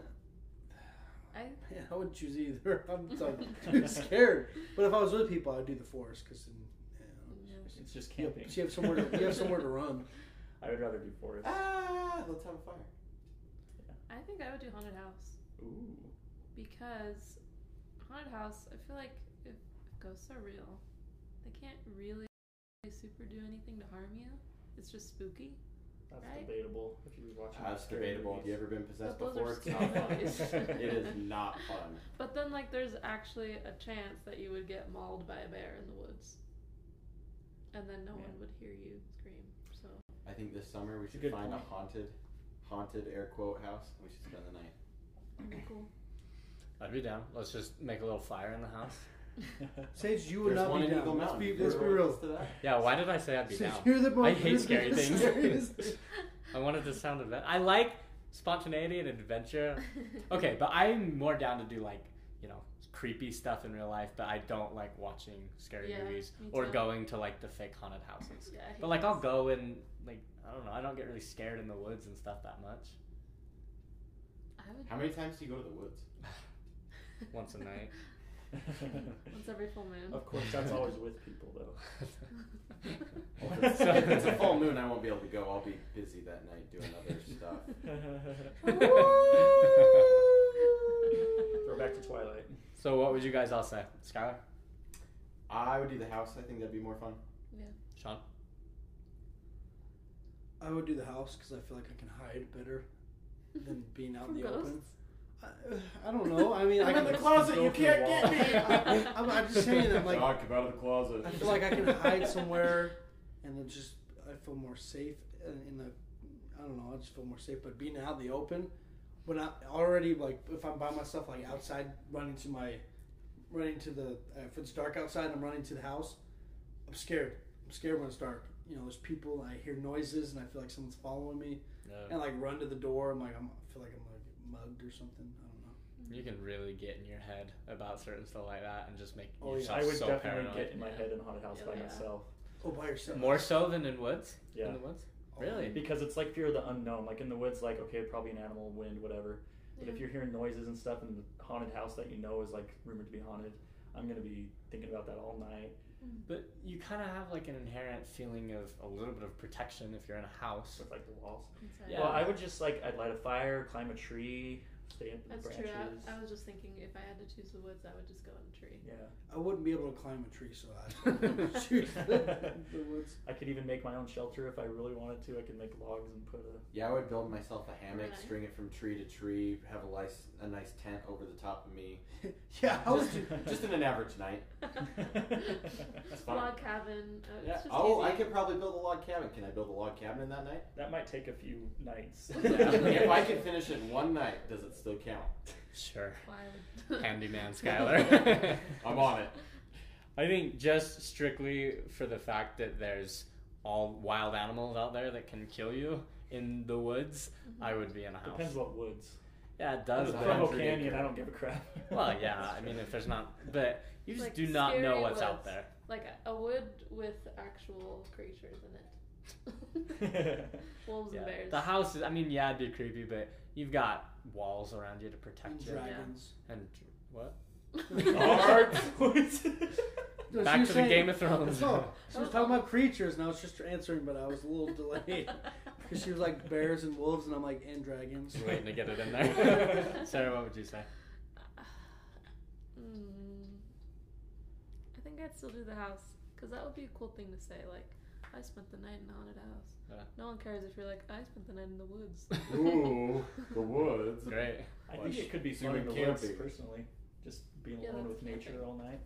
I
man, I wouldn't choose either. I'm like, too scared. But if I was with people, I'd do the forest because then. You know,
yeah.
It's just
you
camping.
have, you have somewhere to you have somewhere to run.
I would rather do forest.
Ah, let's have a fire.
I think I would do haunted house
Ooh.
because haunted house. I feel like if, if ghosts are real, they can't really super do anything to harm you. It's just spooky.
That's
Right?
debatable. If you were watching,
That's
scary
debatable. Have you
movies.
ever been possessed
But
before?
those
It's
are scary
not fun.
movies.
it is not fun.
But then, like, there's actually a chance that you would get mauled by a bear in the woods, and then no one
Yeah.
would hear you scream. So
I think this summer we
It's a
should
good
find
point.
a haunted, haunted air quote house. and We should spend the night.
that'd be cool.
I'd be down. Let's just make a little fire in the house.
Sage, you would
There's
not
one
be
in
down.
Eagle
let's be,
Mountain.
let's be
Everyone
real.
listens to that.
Yeah, why did I say I'd be
Sage,
down?
you're the most.
I hate scary
the
things.
scariest thing.
I wanted to sound adventure. I like spontaneity and adventure. Okay, but I'm more down to do like, you know, creepy stuff in real life, but I don't like watching scary
Yeah,
movies
me
or
too.
going to like the fake haunted houses.
Yeah, I hate
But like I'll
those.
go and like I don't know, I don't get really scared in the woods and stuff that much.
I would
How many times do you go to the woods?
Once a night.
Once every full moon.
of course, that's always with people though.
If it's- if it's a full moon, I won't be able to go. I'll be busy that night doing other stuff.
Throw back to Twilight.
so what would you guys all say? Skylar?
I would do the house. I think that'd be more fun.
Sean?
I would do the house because I feel like I can hide better than being out in
From
the
ghosts?
open. I, I don't know. I mean, I
I'm
can
in the
just
closet,
go
you
through the
can't get
wall.
me.
I, am I'm just saying. I'm like,
Doc, come out of the closet.
I feel like I can hide somewhere and then just I feel more safe in in the I don't know I just feel more safe but being out in the open when I already like if I'm by myself like outside running to my running to the if it's dark outside I'm running to the house I'm scared I'm scared when it's dark you know there's people I hear noises and I feel like someone's following me and like run to the door I'm like I'm, I feel like I'm like mugged or something I don't know
You can really get in your head about certain stuff like that and just make
Oh, yeah.
yourself
I would
so
definitely
paranoid.
get in my head in haunted house by
Yeah.
myself.
oh by yourself
More so than in woods?
Yeah.
In the woods?
Oh,
really?
Because it's like fear of the unknown. Like in the woods, like okay, probably an animal, wind, whatever. But if
Yeah.
you're hearing noises and stuff in the haunted house that you know is like rumored to be haunted, I'm gonna be thinking about that all night.
But you kind of have like an inherent feeling of a little bit of protection if you're in a house.
with like the walls.
Inside.
Yeah.
Well, I would just like I'd light a fire, climb a tree, stay in the
That's true.
branches.
I, I was just thinking if I had to choose the woods, I would just go in a tree.
Yeah,
I wouldn't be able to climb a tree so I shoot the, the woods
I could even make my own shelter if I really wanted to. I could make logs and put a.
Yeah, I would build myself a hammock,
Right.
string it from tree to tree, have a nice, a nice tent over the top of me.
yeah I was
just, just in an average night. fine.
Log cabin. Uh,
Yeah.
It's just
Oh,
easy.
I could probably build a log cabin. Can I build a log cabin in that night?
That might take a few nights.
if I could finish it in one night, does it still count?
Sure.
Why would-
Handyman Skylar.
I'm on it.
I think just strictly for the fact that there's all wild animals out there that can kill you in the woods,
Mm-hmm.
I would be in a house.
Depends what woods.
Yeah, it
If
does.
it's
Depends
but-
on
Provo
tree
Canyon.
acre.
I don't give a crap.
Well, yeah, I mean, if there's not, but you
It's
just
like
do not know
scary
what's out
woods.
there.
like a- a wood with actual creatures in it. Wolves
Yeah.
and bears.
The house is, I mean, yeah, it'd be creepy, but you've got walls around you to protect you.
dragons.
And what?
Hard
No,
Back
she was
to
saying-
the Game of Thrones.
No, she was talking about creatures, and I was just answering, but I was a little delayed because she was like bears and wolves, and I'm like and dragons.
Just waiting to get it in there. Sarah, what would you say?
Mm, I think I'd still do the house because that would be a cool thing to say. Like, I spent the night in a haunted house.
Yeah.
No one cares if you're like, I spent the night in the woods.
Ooh, the woods.
Great.
I think it could be
Doing
fun in the woods,
camping.
personally. Just being
Yeah,
alone
that's
with nature
camping.
all night.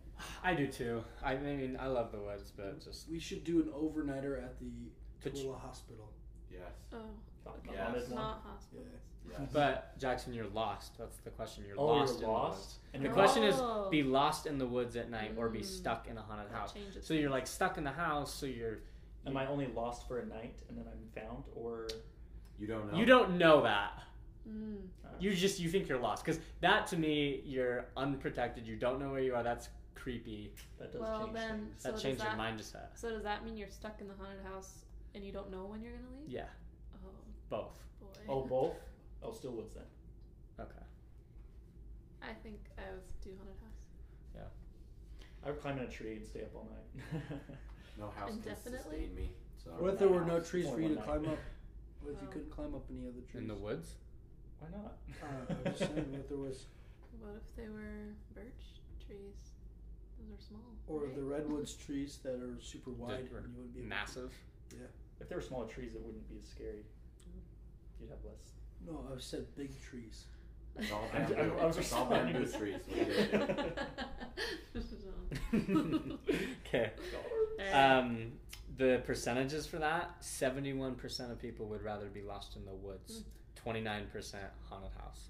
I do too. I mean, I love the woods, but just
We should do an overnighter at the
But you-
Tooele Hospital.
Yes.
oh,
Not the
Yeah.
haunted one.
not hospitals.
yes.
But Jackson, you're lost. That's the question. You're
Oh,
lost.
you're
in
lost. And
The
you're
question is-
Oh,
The woods. Be lost in the woods at night, or be
Mm.
stuck in a haunted
that
house.
changes
So you're
things.
like stuck in the house. So you're
Am I only lost for a night and then I'm found, or
You don't know.
you don't know that.
Mm.
uh,
You just you think you're lost because that to me you're unprotected. You don't know where you are. That's creepy.
that does
Well,
change
then,
things?
so
That
does
changed
that,
your mindset.
So does that mean you're stuck in the haunted house and you don't know when you're gonna leave?
Yeah,
Oh
both.
boy.
Oh, both. Oh, still woods then.
Okay.
I think I would do haunted house.
I I would climb in a tree and stay up all night.
No house can
Indefinitely?
sustain me. So
What if there were no
house.
trees for you
Only
to
one
climb
night.
up? What if you
Wow.
couldn't climb up any other trees?
in the woods.
Why not?
Uh, I'm just saying, what if there was,
What if they were birch trees? Those are small.
or
right?
the redwoods trees that are super wide,
were
and you wouldn't be able to-
Massive.
If there were smaller trees, it wouldn't be as scary. You'd have less.
No, I said big trees.
It's all
I- I- I
bamboo.
was
It's all
responding
bamboo
to-
trees.
okay. Um, the percentages for that: seventy-one percent of people would rather be lost in the woods. Twenty-nine percent haunted house.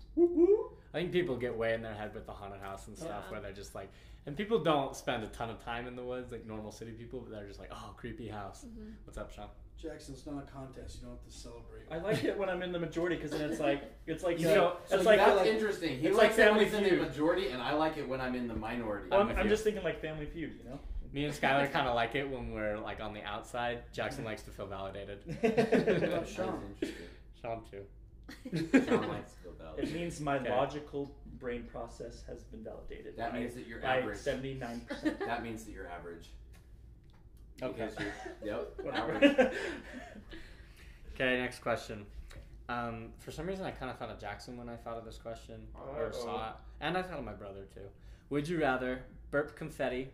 I think people get way in their head with the haunted house and stuff,
Yeah.
where they're just like, and people don't spend a ton of time in the woods like normal city people, but they're just like, oh, creepy house.
Mm-hmm.
What's up, Sean?
Jackson's not a contest. You don't have to celebrate.
I like it when I'm in the majority because then it's like it's like
You
you know
know,
it's
like,
like
that's interesting. He
it's
likes
like
it when
Family
he's in the
Feud.
majority, and I like it when I'm in the minority.
well,
I'm with
I'm, I'm
you.
just thinking like Family Feud, you know.
Me and Skylar kind of like it when we're like on the outside. Jackson likes to feel validated.
about
That's
Sean?
interesting.
Sean too.
Sean likes to go valid.
It means my
Okay.
logical brain process has been validated.
That
by,
means that you're
by
average.
seventy nine
That means that you're average.
Okay.
Because you're- Yep. average.
percent.
Okay, next question. Um, for some reason, I kind of thought of Jackson when I thought of this question or saw it, and I thought of my brother too. Would you rather burp confetti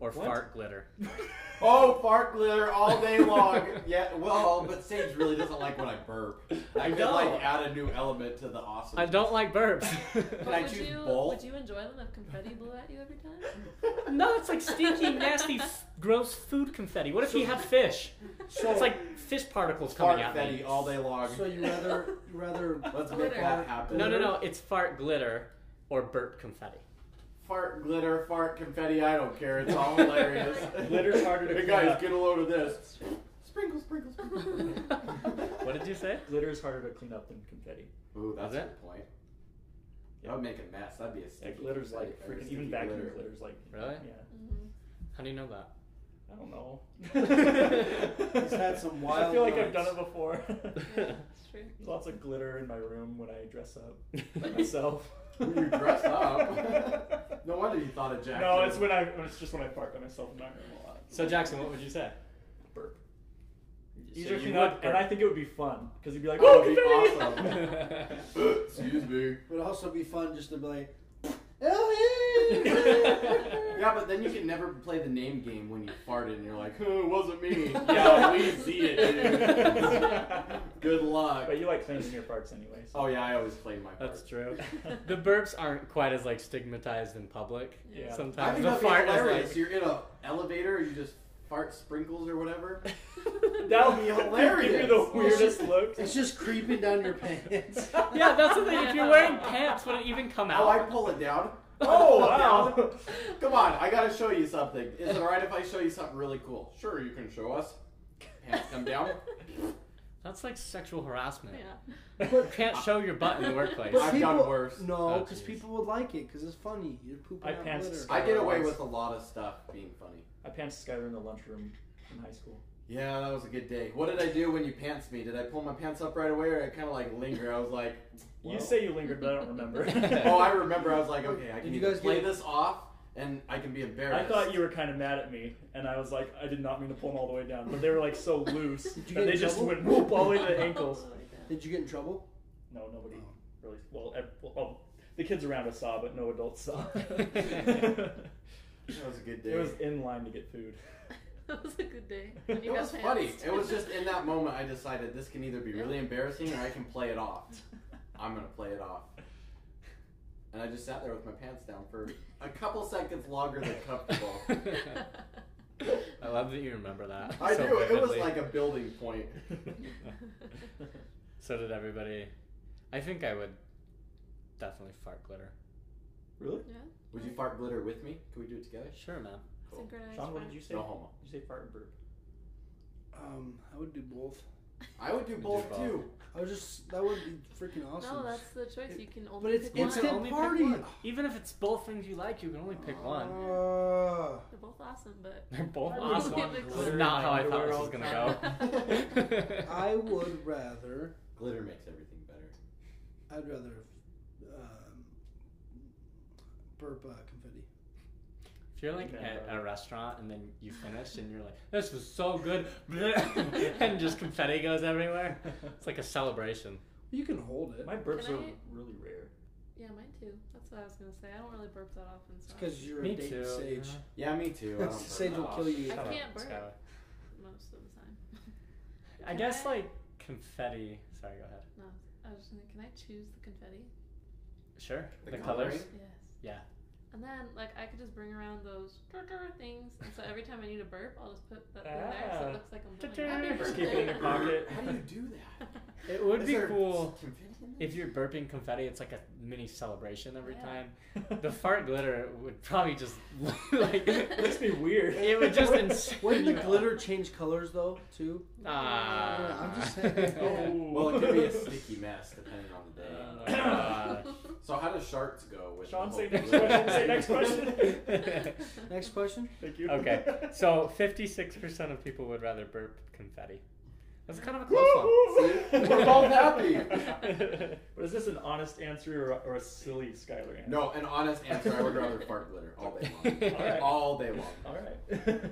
or
What?
fart glitter?
Oh, fart glitter all day long. yeah, well, but Sage really doesn't like when I burp. I
I
could
don't.
like add a new element to the awesome.
I don't like burps.
Can I
would
choose
you,
both?
Would you enjoy them if confetti blew at you every time?
no, it's like stinky, nasty, f- gross food confetti. What if you had fish?
So-
it's like fish particles
fart
coming out.
fetty all day long.
So you rather you rather
Let's make
Glitter.
that happen.
No, no, no. It's fart glitter or burp confetti.
Fart glitter, fart confetti. I don't care. It's all hilarious.
Glitter's harder to
Hey
clean
guys,
up.
get a load of this. Sprinkle, sprinkle, sprinkle.
Mm-hmm.
What did you say?
Glitter is harder to clean up than confetti.
Ooh, that's
Is
a
it?
good point. That would make a mess. That'd be a
Yeah,
sticky.
glitter's like
confetti- or
freaking
sticky
even vacuum
glitter.
glitter's like
Really?
Yeah,
How do you know that?
I don't know.
He's had some
I
wild
feel like I've done
nights.
it before.
yeah, it's true.
There's lots of glitter in my room when I dress up myself.
When you dress up? No wonder you thought of Jackson.
No, it's when I it's just when I fart by myself in my room a lot.
so Jackson, what would you say?
burp.
So
These are
you
clean
would
up, and
burp.
I think it would be fun because you'd be like,
Oh,
"Oh,
it'd be
confetti!"
Excuse me.
would also be fun just to be like, oh yeah.
Yeah, but then you can never play the name game when you farted and you're like, oh, it wasn't me.
Yeah.
yeah, we see it, dude. Good luck.
But you like cleaning your parts anyway. So.
Oh, yeah, I always play my part.
That's true. The burps aren't quite as like stigmatized in public.
Yeah.
I
Sometimes
think
the
that'd be
fart
hilarious.
is
You're in a elevator, you just fart sprinkles or whatever.
like.
That would be
Give you
hilarious.
the weirdest looks.
It's just creeping down your pants.
yeah, that's the thing. If you're wearing pants, would it even come out?
Oh, I pull it down.
Oh
Down.
wow!
Come on, I gotta show you something. Is it alright if I show you something really cool? Sure, you can show us. Pants come down.
That's like sexual harassment.
Yeah.
You can't show your butt in the workplace.
But
I've done
people-
worse.
No,
Oh,
because
jeez.
people would like it because it's funny. You're pooping
I
out
pants
glitter.
I get away with a lot of stuff being funny.
I pants Skylar in the lunchroom in high school.
Yeah, that was a good day. What did I do when you pants me? Did I pull my pants up right away or I kind of like linger? I was like,
you
Well.
say you lingered, but I don't remember.
oh, I remember. I was like, okay, I
Did
can
you
either
guys
play
get-
this off and I can be
I
embarrassed.
thought you were kind of mad at me, and I was like, I did not mean to pull them all the way down, but they were like so loose
you
that
get
they
in
just
trouble?
went whoop all the way to the ankles.
Oh, yeah.
Did you get in trouble?
No, nobody really. Well, ev- well, well, the kids around us saw, but no adults saw.
that was a good day.
it was in line to get food.
that was a good day. When
It
you got
was funny.
pants.
It was just in that moment I decided this can either be really embarrassing or I can play it off. I'm gonna play it off. And I just sat there with my pants down for a couple seconds longer than comfortable.
I love that you remember that.
I
so
do. It was
vividly.
like a building point.
So did everybody. I think I would definitely fart glitter.
really?
yeah.
Would you fart glitter with me? Can we do it together?
Sure, man.
Cool.
Synchronized.
Sean, what
fart.
did you say?
No homo.
Did you say fart and burp?
Um, I would do both.
I would do
We do
both
both.
too.
I would just that would be freaking awesome.
No, that's the choice. You can only
but it's
pick one.
instant
only pick
party.
one. Even if it's both things you like, you can only pick one.
Uh,
They're both awesome, but
They're both
I would
awesome.
want
This
glitter
is
in
not
my
how I thought
underwear
this
all
was
the
gonna
time.
go.
I would rather.
Glitter makes everything better.
I'd rather um, burp uh, confetti.
If you're like
Yeah.
at a restaurant and then you finish and you're like, this was so good, and just confetti goes everywhere. It's like a celebration.
You can hold it.
My burps
Can
are
I-
really rare.
Yeah, mine too. That's what I was gonna say. I don't really burp that often.
It's
So
because you're
Me
a dating
too.
sage.
Yeah, me too. I don't
Sage
burn
will
off.
kill you.
I
Shut up,
can't burp.
Skylar.
most of the time.
I
Can
guess
I-
like confetti. Sorry, go ahead.
No, I was just gonna. Can I choose the confetti?
Sure.
The
The,
coloring?
colors.
Yes.
Yeah.
And then like I could just bring around those tur-tur things, and so every time I need a burp, I'll just put that in there, so
Ah.
it looks like I'm
Tur-tur.
doing happy
Just
birthday.
keep it in your pocket.
How do you do that?
It would
Is
be
there
cool
confetti in there?
if you're burping confetti. It's like a mini celebration every
Yeah.
time. The fart glitter would probably just like
Makes me weird.
it would just ins-
Wouldn't the
you know.
glitter change colors though too?
Ah.
I'm just saying.
Oh.
Well, it could be a sticky mess depending on the day.
Oh,
gosh.
so how does sharks go with?
Sean,
the
say
whole
next
glue?
question. Say next question.
Next question.
Thank you.
Okay, so fifty-six percent of people would rather burp confetti. That's kind of a close one.
We're both happy.
But is this an honest answer or, or a silly Skylar answer?
No, an honest answer. I would rather fart glitter all day long.
Alright.
All day long.
All right.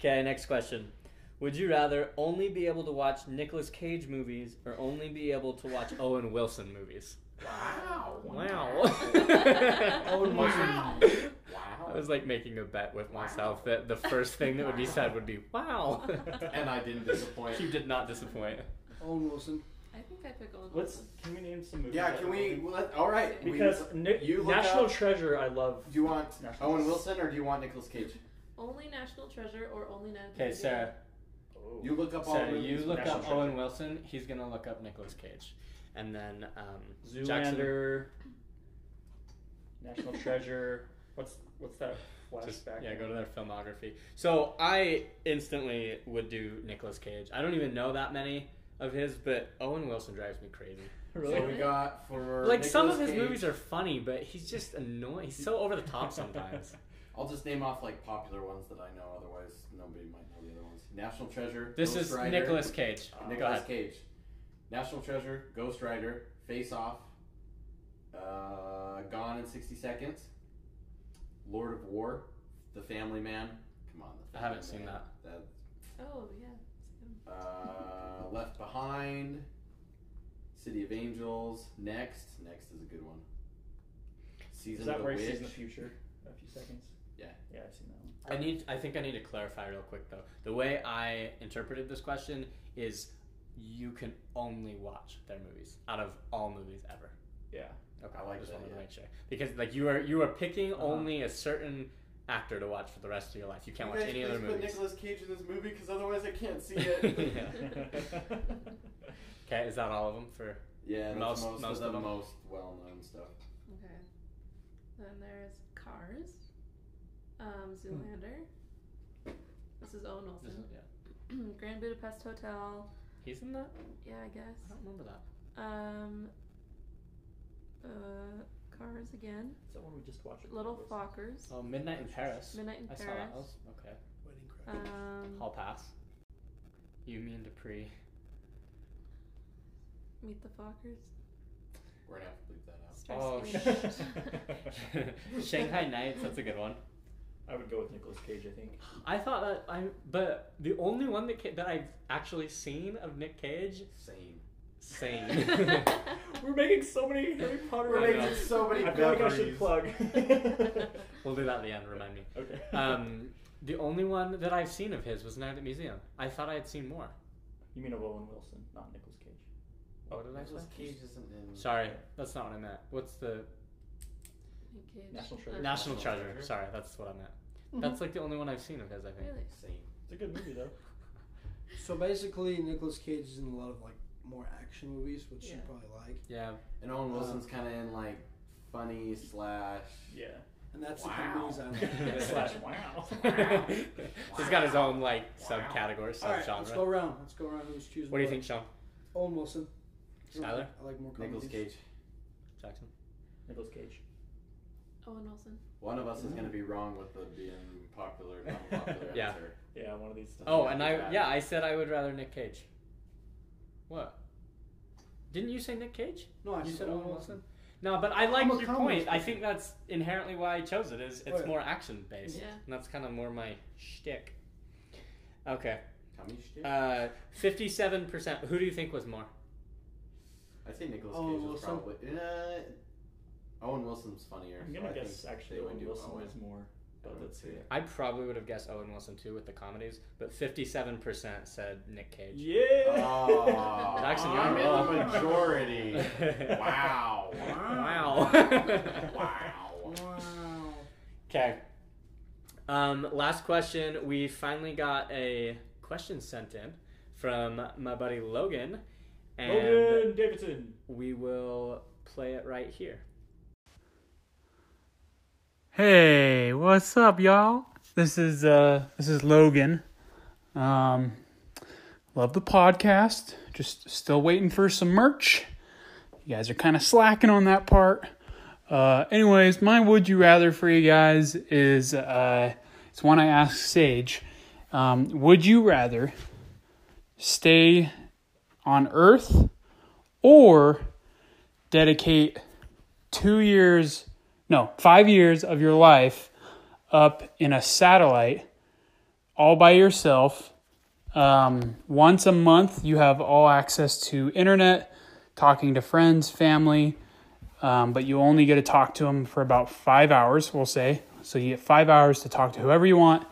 Okay, next question. Would you rather only be able to watch Nicolas Cage movies or only be able to watch Owen Wilson movies?
Wow.
Wow.
Owen Wilson.
Wow. Wow.
I was like making a bet with myself that the first thing that would be said would be wow.
and I didn't disappoint.
you did not disappoint.
Owen Wilson.
I think I pick Owen
Let's.
Wilson.
Can we name some movies?
Yeah,
that
can
are
we?
open?
well, Let, all right. we-
Because Ni-
you look
National
up-
Treasure, I love.
do you want
National-
Owen Wilson or do you want Nicolas Cage?
Only National Treasure or only National
Okay, Sarah.
Oh.
You look up all.
Sarah,
movies
you
with
look
National
up
Treasure.
Owen Wilson. He's gonna look up Nicolas Cage, and then um, Jackson.
Zoolander. National Treasure. What's what's that flashback?
Just, yeah, go to their filmography. So I instantly would do Nicolas Cage. I don't even know that many of his, but Owen Wilson drives me crazy.
So
Really?
we got for
Like some of
Nicolas
his
Cage-
movies are funny, but he's just annoying. He's so over the top sometimes.
I'll just name off like popular ones that I know. Otherwise, nobody might know the other ones. National Treasure.
This
Ghost
is
Rider, Uh,
Nicolas Cage. Go
Nicolas
ahead.
Cage. National Treasure. Ghost Rider. Face Off. Uh, Gone in sixty seconds. Lord of War. The Family Man. Come on. The
I haven't
Family
seen
Man.
that.
That
Oh yeah.
Uh, Left Behind, City of Angels, Next. Next is a good one. Season
Is
of
that
the
where he
Witch.
sees in the future? A few seconds.
Yeah.
Yeah, I've seen that one.
I need. I think I need to clarify real quick though. The way I interpreted this question is, you can only watch their movies out of all movies ever.
Yeah.
Okay,
I like
just
that,
wanted
yeah.
to make sure because like you are you are picking
Uh-huh.
only a certain actor to watch for the rest of your life. You can't watch any other movies.
Nicolas Cage in this movie because otherwise I can't see it.
yeah. Okay, is that all of them for?
yeah, that's most,
Most-
most,
most
of the
of 'em.
most well-known stuff.
Okay. Then there's Cars. Um, Zoolander. This is Owen
This
Wilson.
is- yeah.
Grand Budapest Hotel.
He's in that.
Yeah, I guess.
I don't remember that.
Um. Uh, Cars again.
Is that one we just watched?
Little Fockers.
Oh, Midnight in Paris.
Midnight in
I saw
Paris.
that. Was, okay,
Wedding crashers.
Um,
I'll pass. You mean Dupree?
Meet the Fockers.
We're gonna have to bleep that out.
Oh,
Starsky and
sh-
Hutch.
Shanghai Nights. That's a good one.
I would go with Nicolas Cage. I think.
I thought that I, but the only one that ca- that I've actually seen of Nick Cage,
Same.
same.
We're making so many Harry Potter.
We're making
references.
so many
I feel like I should
memories.
plug.
we'll do that at the end. Remind me.
okay.
Um, the only one that I've seen of his was Night at the Museum. I thought I had seen more.
you mean of Owen Wilson, not Nicolas Cage. Oh,
What did I
Nicolas
say?
Cage isn't in.
Sorry, that's not what I meant. What's the
Nick Cage.
National
Uh,
National
Treasure.
National
Treasure?
Treasure.
Sorry, that's what I meant.
Mm-hmm.
That's like the only one I've seen of his. I think.
Really?
Same.
It's a good movie though.
So basically, Nicolas Cage is in a lot of like more action movies, which you
Yeah.
probably like,
Yeah,
And Owen
Uh,
Wilson's kind of in like funny slash.
Yeah.
and that's
Wow.
the kind of movies I like.
Slash wow.
he's got his own like
Wow.
subcategory,
All right, let's
subgenre.
go around. Let's go around. Who's choosing?
what do you think, Sean
Owen Wilson.
Skylar?
I like more comedies.
Nicolas Cage.
Jackson?
Nicolas Cage.
Owen Wilson.
One of us is gonna be wrong with the being popular, non-popular
Yeah.
answer.
Yeah, one of these.
Oh, and I yeah, I said I would rather Nick Cage. What? Didn't you say Nick Cage?
No, I
You
said Owen Wilson.
No, but I like
I'm a
your
comedy
point. I
person.
think that's inherently why I chose it. Is it's
Oh, yeah.
more action based,
Yeah.
and that's kind of more my shtick. Okay,
How many shit?
uh, fifty-seven percent. Who do you think was more?
I think Nicholas
Owen
Cage was
Wilson.
probably. Uh, Owen Wilson's funnier.
I'm
so
gonna
I
guess
think
actually
they would
Owen
do
Wilson
Owen.
was more, but
Owen
let's see.
too.
I probably would have guessed Owen Wilson too with the comedies, but fifty-seven percent said Nick Cage.
Yeah. Ah.
Oh,
Actually,
I'm in
I'm
the
wrong.
majority. wow.
Wow.
Wow.
Wow.
Okay. Um, last question. We finally got a question sent in from my buddy Logan, and
Logan Davidson.
we will play it right here.
Hey, what's up, y'all? This is uh, this is Logan. Um, love the podcast. Just still waiting for some merch. You guys are kind of slacking on that part. Uh, anyways, my would you rather for you guys is uh, it's one I asked Sage. Um, would you rather stay on Earth or dedicate two years? no, five years of your life up in a satellite all by yourself. Um, once a month, you have all access to internet, talking to friends, family, um, but you only get to talk to them for about five hours, we'll say. So you get five hours to talk to whoever you want,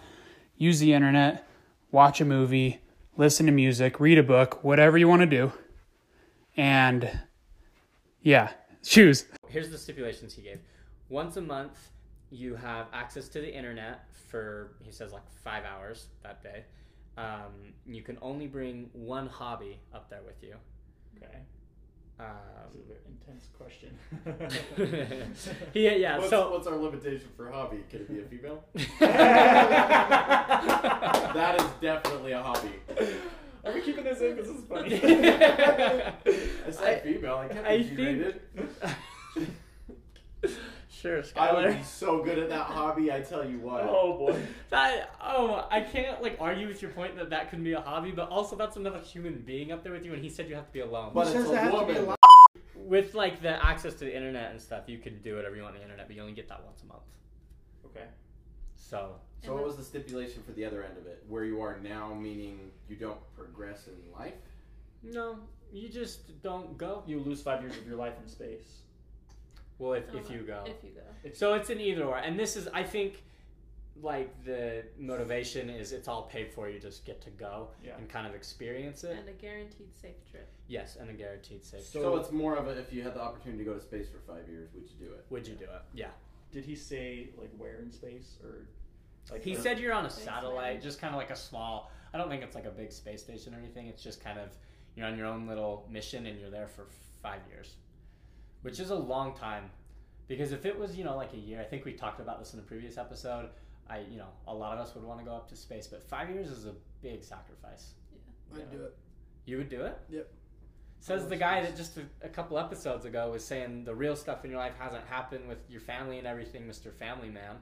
use the internet, watch a movie, listen to music, read a book, whatever you want to do. And yeah, choose.
Here's the stipulations he gave. Once a month, you have access to the internet for, he says, like five hours that day. Um, you can only bring one hobby up there with you.
Okay. That's a
Um,
very intense question.
he, yeah,
What's,
so.
what's our limitation for hobby? Could it be a female?
that
That is definitely a hobby.
Are we keeping this in? This is funny.
I said female. I can't
I
be G-rated.
sure,
I
Skylar.
would be so good at that hobby. I tell you what.
oh boy.
That oh, I can't like argue with your point that that can be a hobby, but also that's another human being up there with you, and he said you have to be alone.
But
Who
it's
says there
a
has to be
woman.
a
with like the access to the internet and stuff, you can do whatever you want on the internet, but you only get that once a month.
Okay.
So
So what was the stipulation for the other end of it? Where you are now, meaning you don't progress in life.
no, you just don't go.
You lose five years of your life in space.
Well, if,
Oh,
if you go,
If you go.
so it's an either or, and this is I think like the motivation is it's all paid for. You just get to go
Yeah.
and kind of experience it.
And a guaranteed safe trip.
Yes, and a guaranteed safe.
So, it's more of a if you had the opportunity to go to space for five years, would you do it?
Would you do it? Yeah.
Did he say like where in space or like
He
the-
said you're on a
Space
satellite,
station.
just kind of like a small. I don't think it's like a big space station or anything. It's just kind of you're on your own little mission and you're there for five years, which is a long time. Because if it was you know like a year, I think we talked about this in the previous episode. I you know a lot of us would want to go up to space, but five years is a big sacrifice.
I'd do it.
You would do it?
Yep.
Says
love
the guy
space.
that just a, a couple episodes ago was saying the real stuff in your life hasn't happened with your family and everything, Mister Family Man.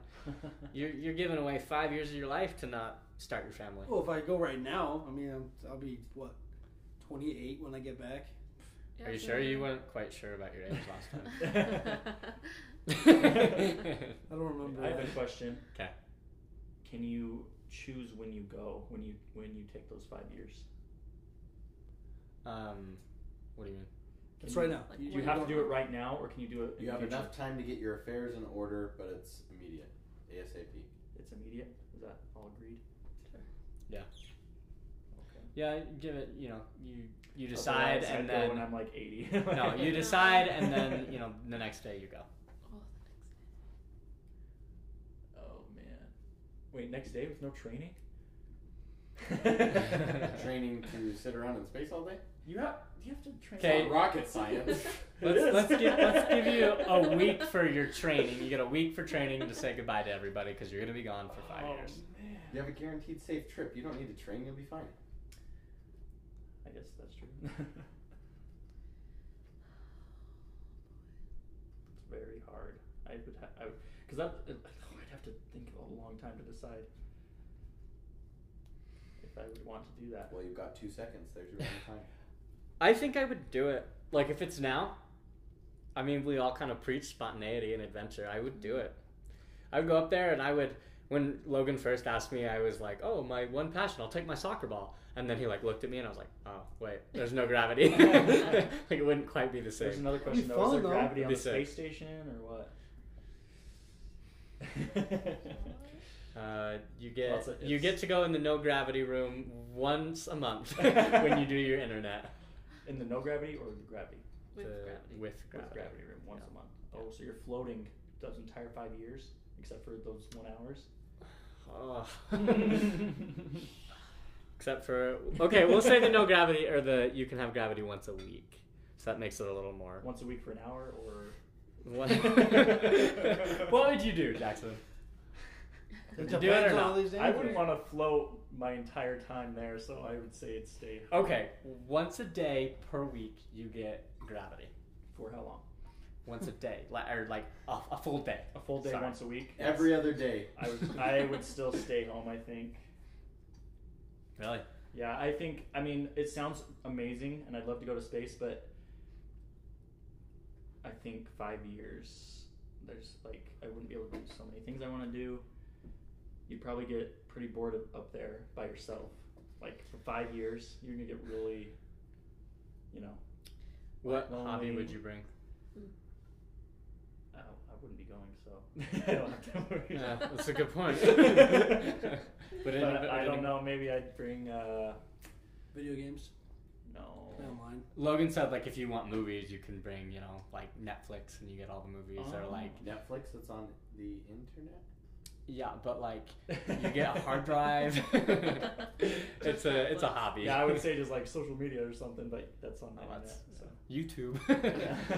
You're you're giving away five years of your life to not start your family.
Well, if I go right now, I mean, I'm, I'll be what, 28 when I get back.
Are you sure you weren't quite sure about your age last time?
I don't remember.
I have
that.
a question.
'Kay.
Can you choose when you go when you when you take those five years?
um, what do you mean?
It's right now.
Like,
Do you
when
have to
don't-
do it right now, or can you do it? In
You have
the future?
enough time to get your affairs in order, but it's immediate, ASAP.
It's immediate. Is that all agreed?
Yeah.
Okay.
Yeah, give it. You know, you you
Otherwise,
decide
I'd
and
go when
then
I'm like 80.
no, you decide and then you know the next day you go.
Oh,
Oh man. Wait, next day with no training?
Training to sit around in space all day?
you have you have to train.
It's not
Okay.
rocket
the next
science.
day.
Let's let's give let's give you a week for your training. You get a week for training to say goodbye to everybody because you're gonna be gone for five
oh,
years.
Man.
You have a guaranteed safe trip. You don't need to train. You'll be fine.
I guess that's true. it's very hard. I would have, I would, cause that, it- oh, I'd have to think of a long time to decide if I would want to do that.
Well, you've got two seconds. There's your own time.
I think I would do it. Like if it's now, I mean, we all kind of preach spontaneity and adventure. I would do it. I would go up there and I would. When Logan first asked me, I was like, "Oh, my one passion. I'll take my soccer ball." And then he like looked at me and I was like, "Oh, wait. There's no gravity. like it wouldn't quite be the
There's
same."
another question
be
though. Is
fun,
there
though.
gravity on
Be
the
sick.
space station or what?
Uh, you
Lots
get
of
you
ifs.
get to go in the no gravity room once a month when you do your internet.
In the no gravity or the gravity?
with
The-
gravity.
With
With
gravity.
gravity room once
Yeah.
a month. Oh, so you're floating those entire five years except for those one hours.
Oh. Except for okay, we'll say the no gravity or the you can have gravity once a week. So that makes it a little more.
Once a week for an hour or
What, what would you do, Jackson? Would you do it or
depends on all
not?
these
I
things.
wouldn't want to float my entire time there, so I would say it'd stay
Okay, once a day per week you get gravity.
for how long?
Once a day, like or like a, a full day.
A full day
Sorry.
once a week.
Every other day.
I would, I would still stay home. I think.
Really?
Yeah, I think. I mean, it sounds amazing, and I'd love to go to space, but I think five years. There's like I wouldn't be able to do so many things I want to do. You'd probably get pretty bored of, up there by yourself. Like for five years, you're gonna get really, you know,
What
Lonely.
hobby would you bring?
I, don't- I wouldn't be going, so I don't have to worry.
Yeah, that's a good point.
But
But anybody-
I don't know. Maybe I'd bring. Uh,
Video games,
no.
play online.
Logan said like if you want movies, you can bring you know like Netflix and you get all the movies or
Oh.
like
Netflix that's on the internet?
yeah, but like you get a hard drive. it's a it's a hobby.
Yeah, I would say just like social media or something, but that's on the
Oh,
internet.
that's-
So.
YouTube.
Yeah.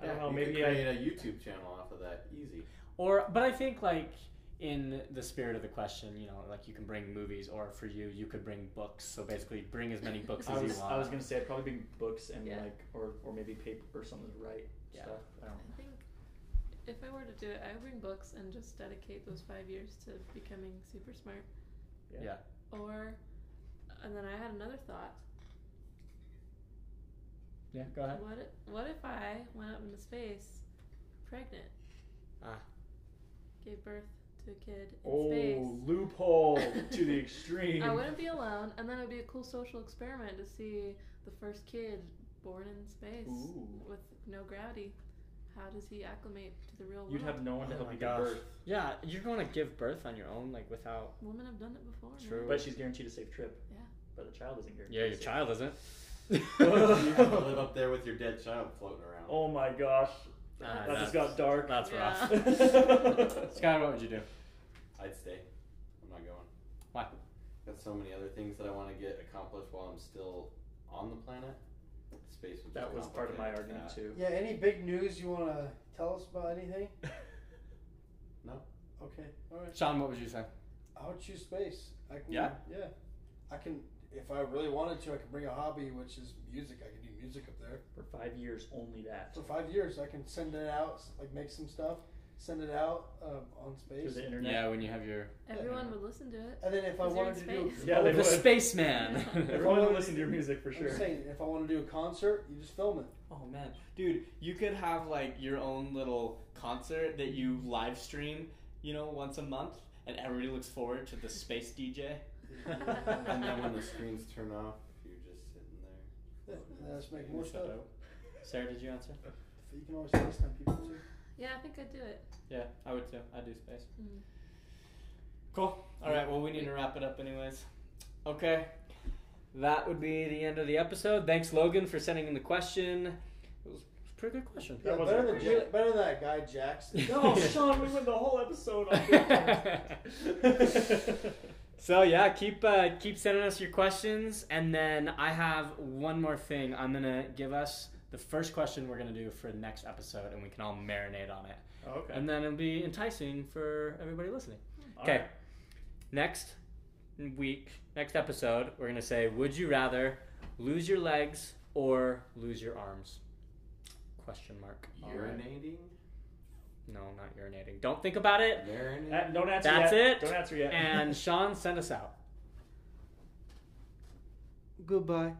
I
Yeah,
don't know.
you could
Maybe
create
I.
a YouTube channel off of that. Easy.
or but I think like in the spirit of the question, you know, like you can bring movies or for you you could bring books. So basically bring as many books
I
as you
was,
want.
I was gonna say I'd probably bring books and
Yeah.
like or or maybe paper or something to write
Yeah.
stuff. I don't
I think if I were to do it, I would bring books and just dedicate those five years to becoming super smart.
Yeah.
Yeah.
Or, and then I had another thought.
yeah, go ahead.
What if, what if I went up into space, pregnant?
Ah.
Gave birth to a kid in
Oh,
space.
loophole to the extreme.
I wouldn't be alone, and then it would be a cool social experiment to see the first kid born in space
Ooh.
with no gravity. How does he acclimate to the real world?
You'd have no one to
Oh
help
my
you give
gosh.
birth,
Yeah, you're going to give birth on your own like without
Women have done it before. man.
True.
but she's guaranteed a safe trip.
Yeah.
But the child isn't guaranteed.
Yeah,
a
your
safe
child isn't.
you have to live up there with your dead child floating around.
Oh my gosh.
Ah,
that just
that's-
got dark.
That's rough.
Oh.
Yeah.
Sky, what would you do?
I'd stay. I'm not going.
Why?
Got so many other things that I want to get accomplished while I'm still on the planet. Space would
That
just
was part of my
complicate
argument
that.
too.
Yeah, any big news you want to tell us about anything?
No.
Okay, all right.
Sean, what would you say?
I would choose space. I can,
Yeah?
Yeah. I can, if I really wanted to, I could bring a hobby, which is music. I can do music up there.
For five years, only that.
For five years, I can send it out, like make some stuff, send it out um, on
Through
space.
the internet.
Yeah, when you have your
Everyone would listen to it.
And then if I
Is there
wanted to do,
space?
Yeah, they
the
would.
spaceman.
Everyone would listen to your music for
I'm
sure.
just saying, if I want to do a concert, you just film it.
oh man, dude, you could have like your own little concert that you live stream, you know, once a month, and everybody looks forward to the space DJ.
And then when the screens turn off, you're just sitting there.
Yeah, Let's make more stuff.
Sarah, did you answer?
You can always FaceTime people too.
Yeah, I think I'd do it.
Yeah, I would too. I do space.
Mm.
Cool. All right. Well, we need to wrap it up, anyways. Okay. That would be the end of the episode. Thanks, Logan, for sending in the question. It was a pretty good question.
Yeah,
wasn't
better than,
a
Ja- better than that guy Jackson.
No, Sean, we went the whole episode on
So yeah, keep uh, keep sending us your questions, and then I have one more thing. I'm gonna give us the first question we're gonna do for the next episode, and we can all marinate on it,
okay.
and then it'll be enticing for everybody listening.
All
Okay,
right.
next week, next episode, we're gonna say, would you rather lose your legs or lose your arms? Question mark.
Urinating?
No, not urinating. Don't think about it.
Marinating?
Uh, don't answer
That's
yet.
it.
Don't answer yet.
And Sean, send us out.
Goodbye.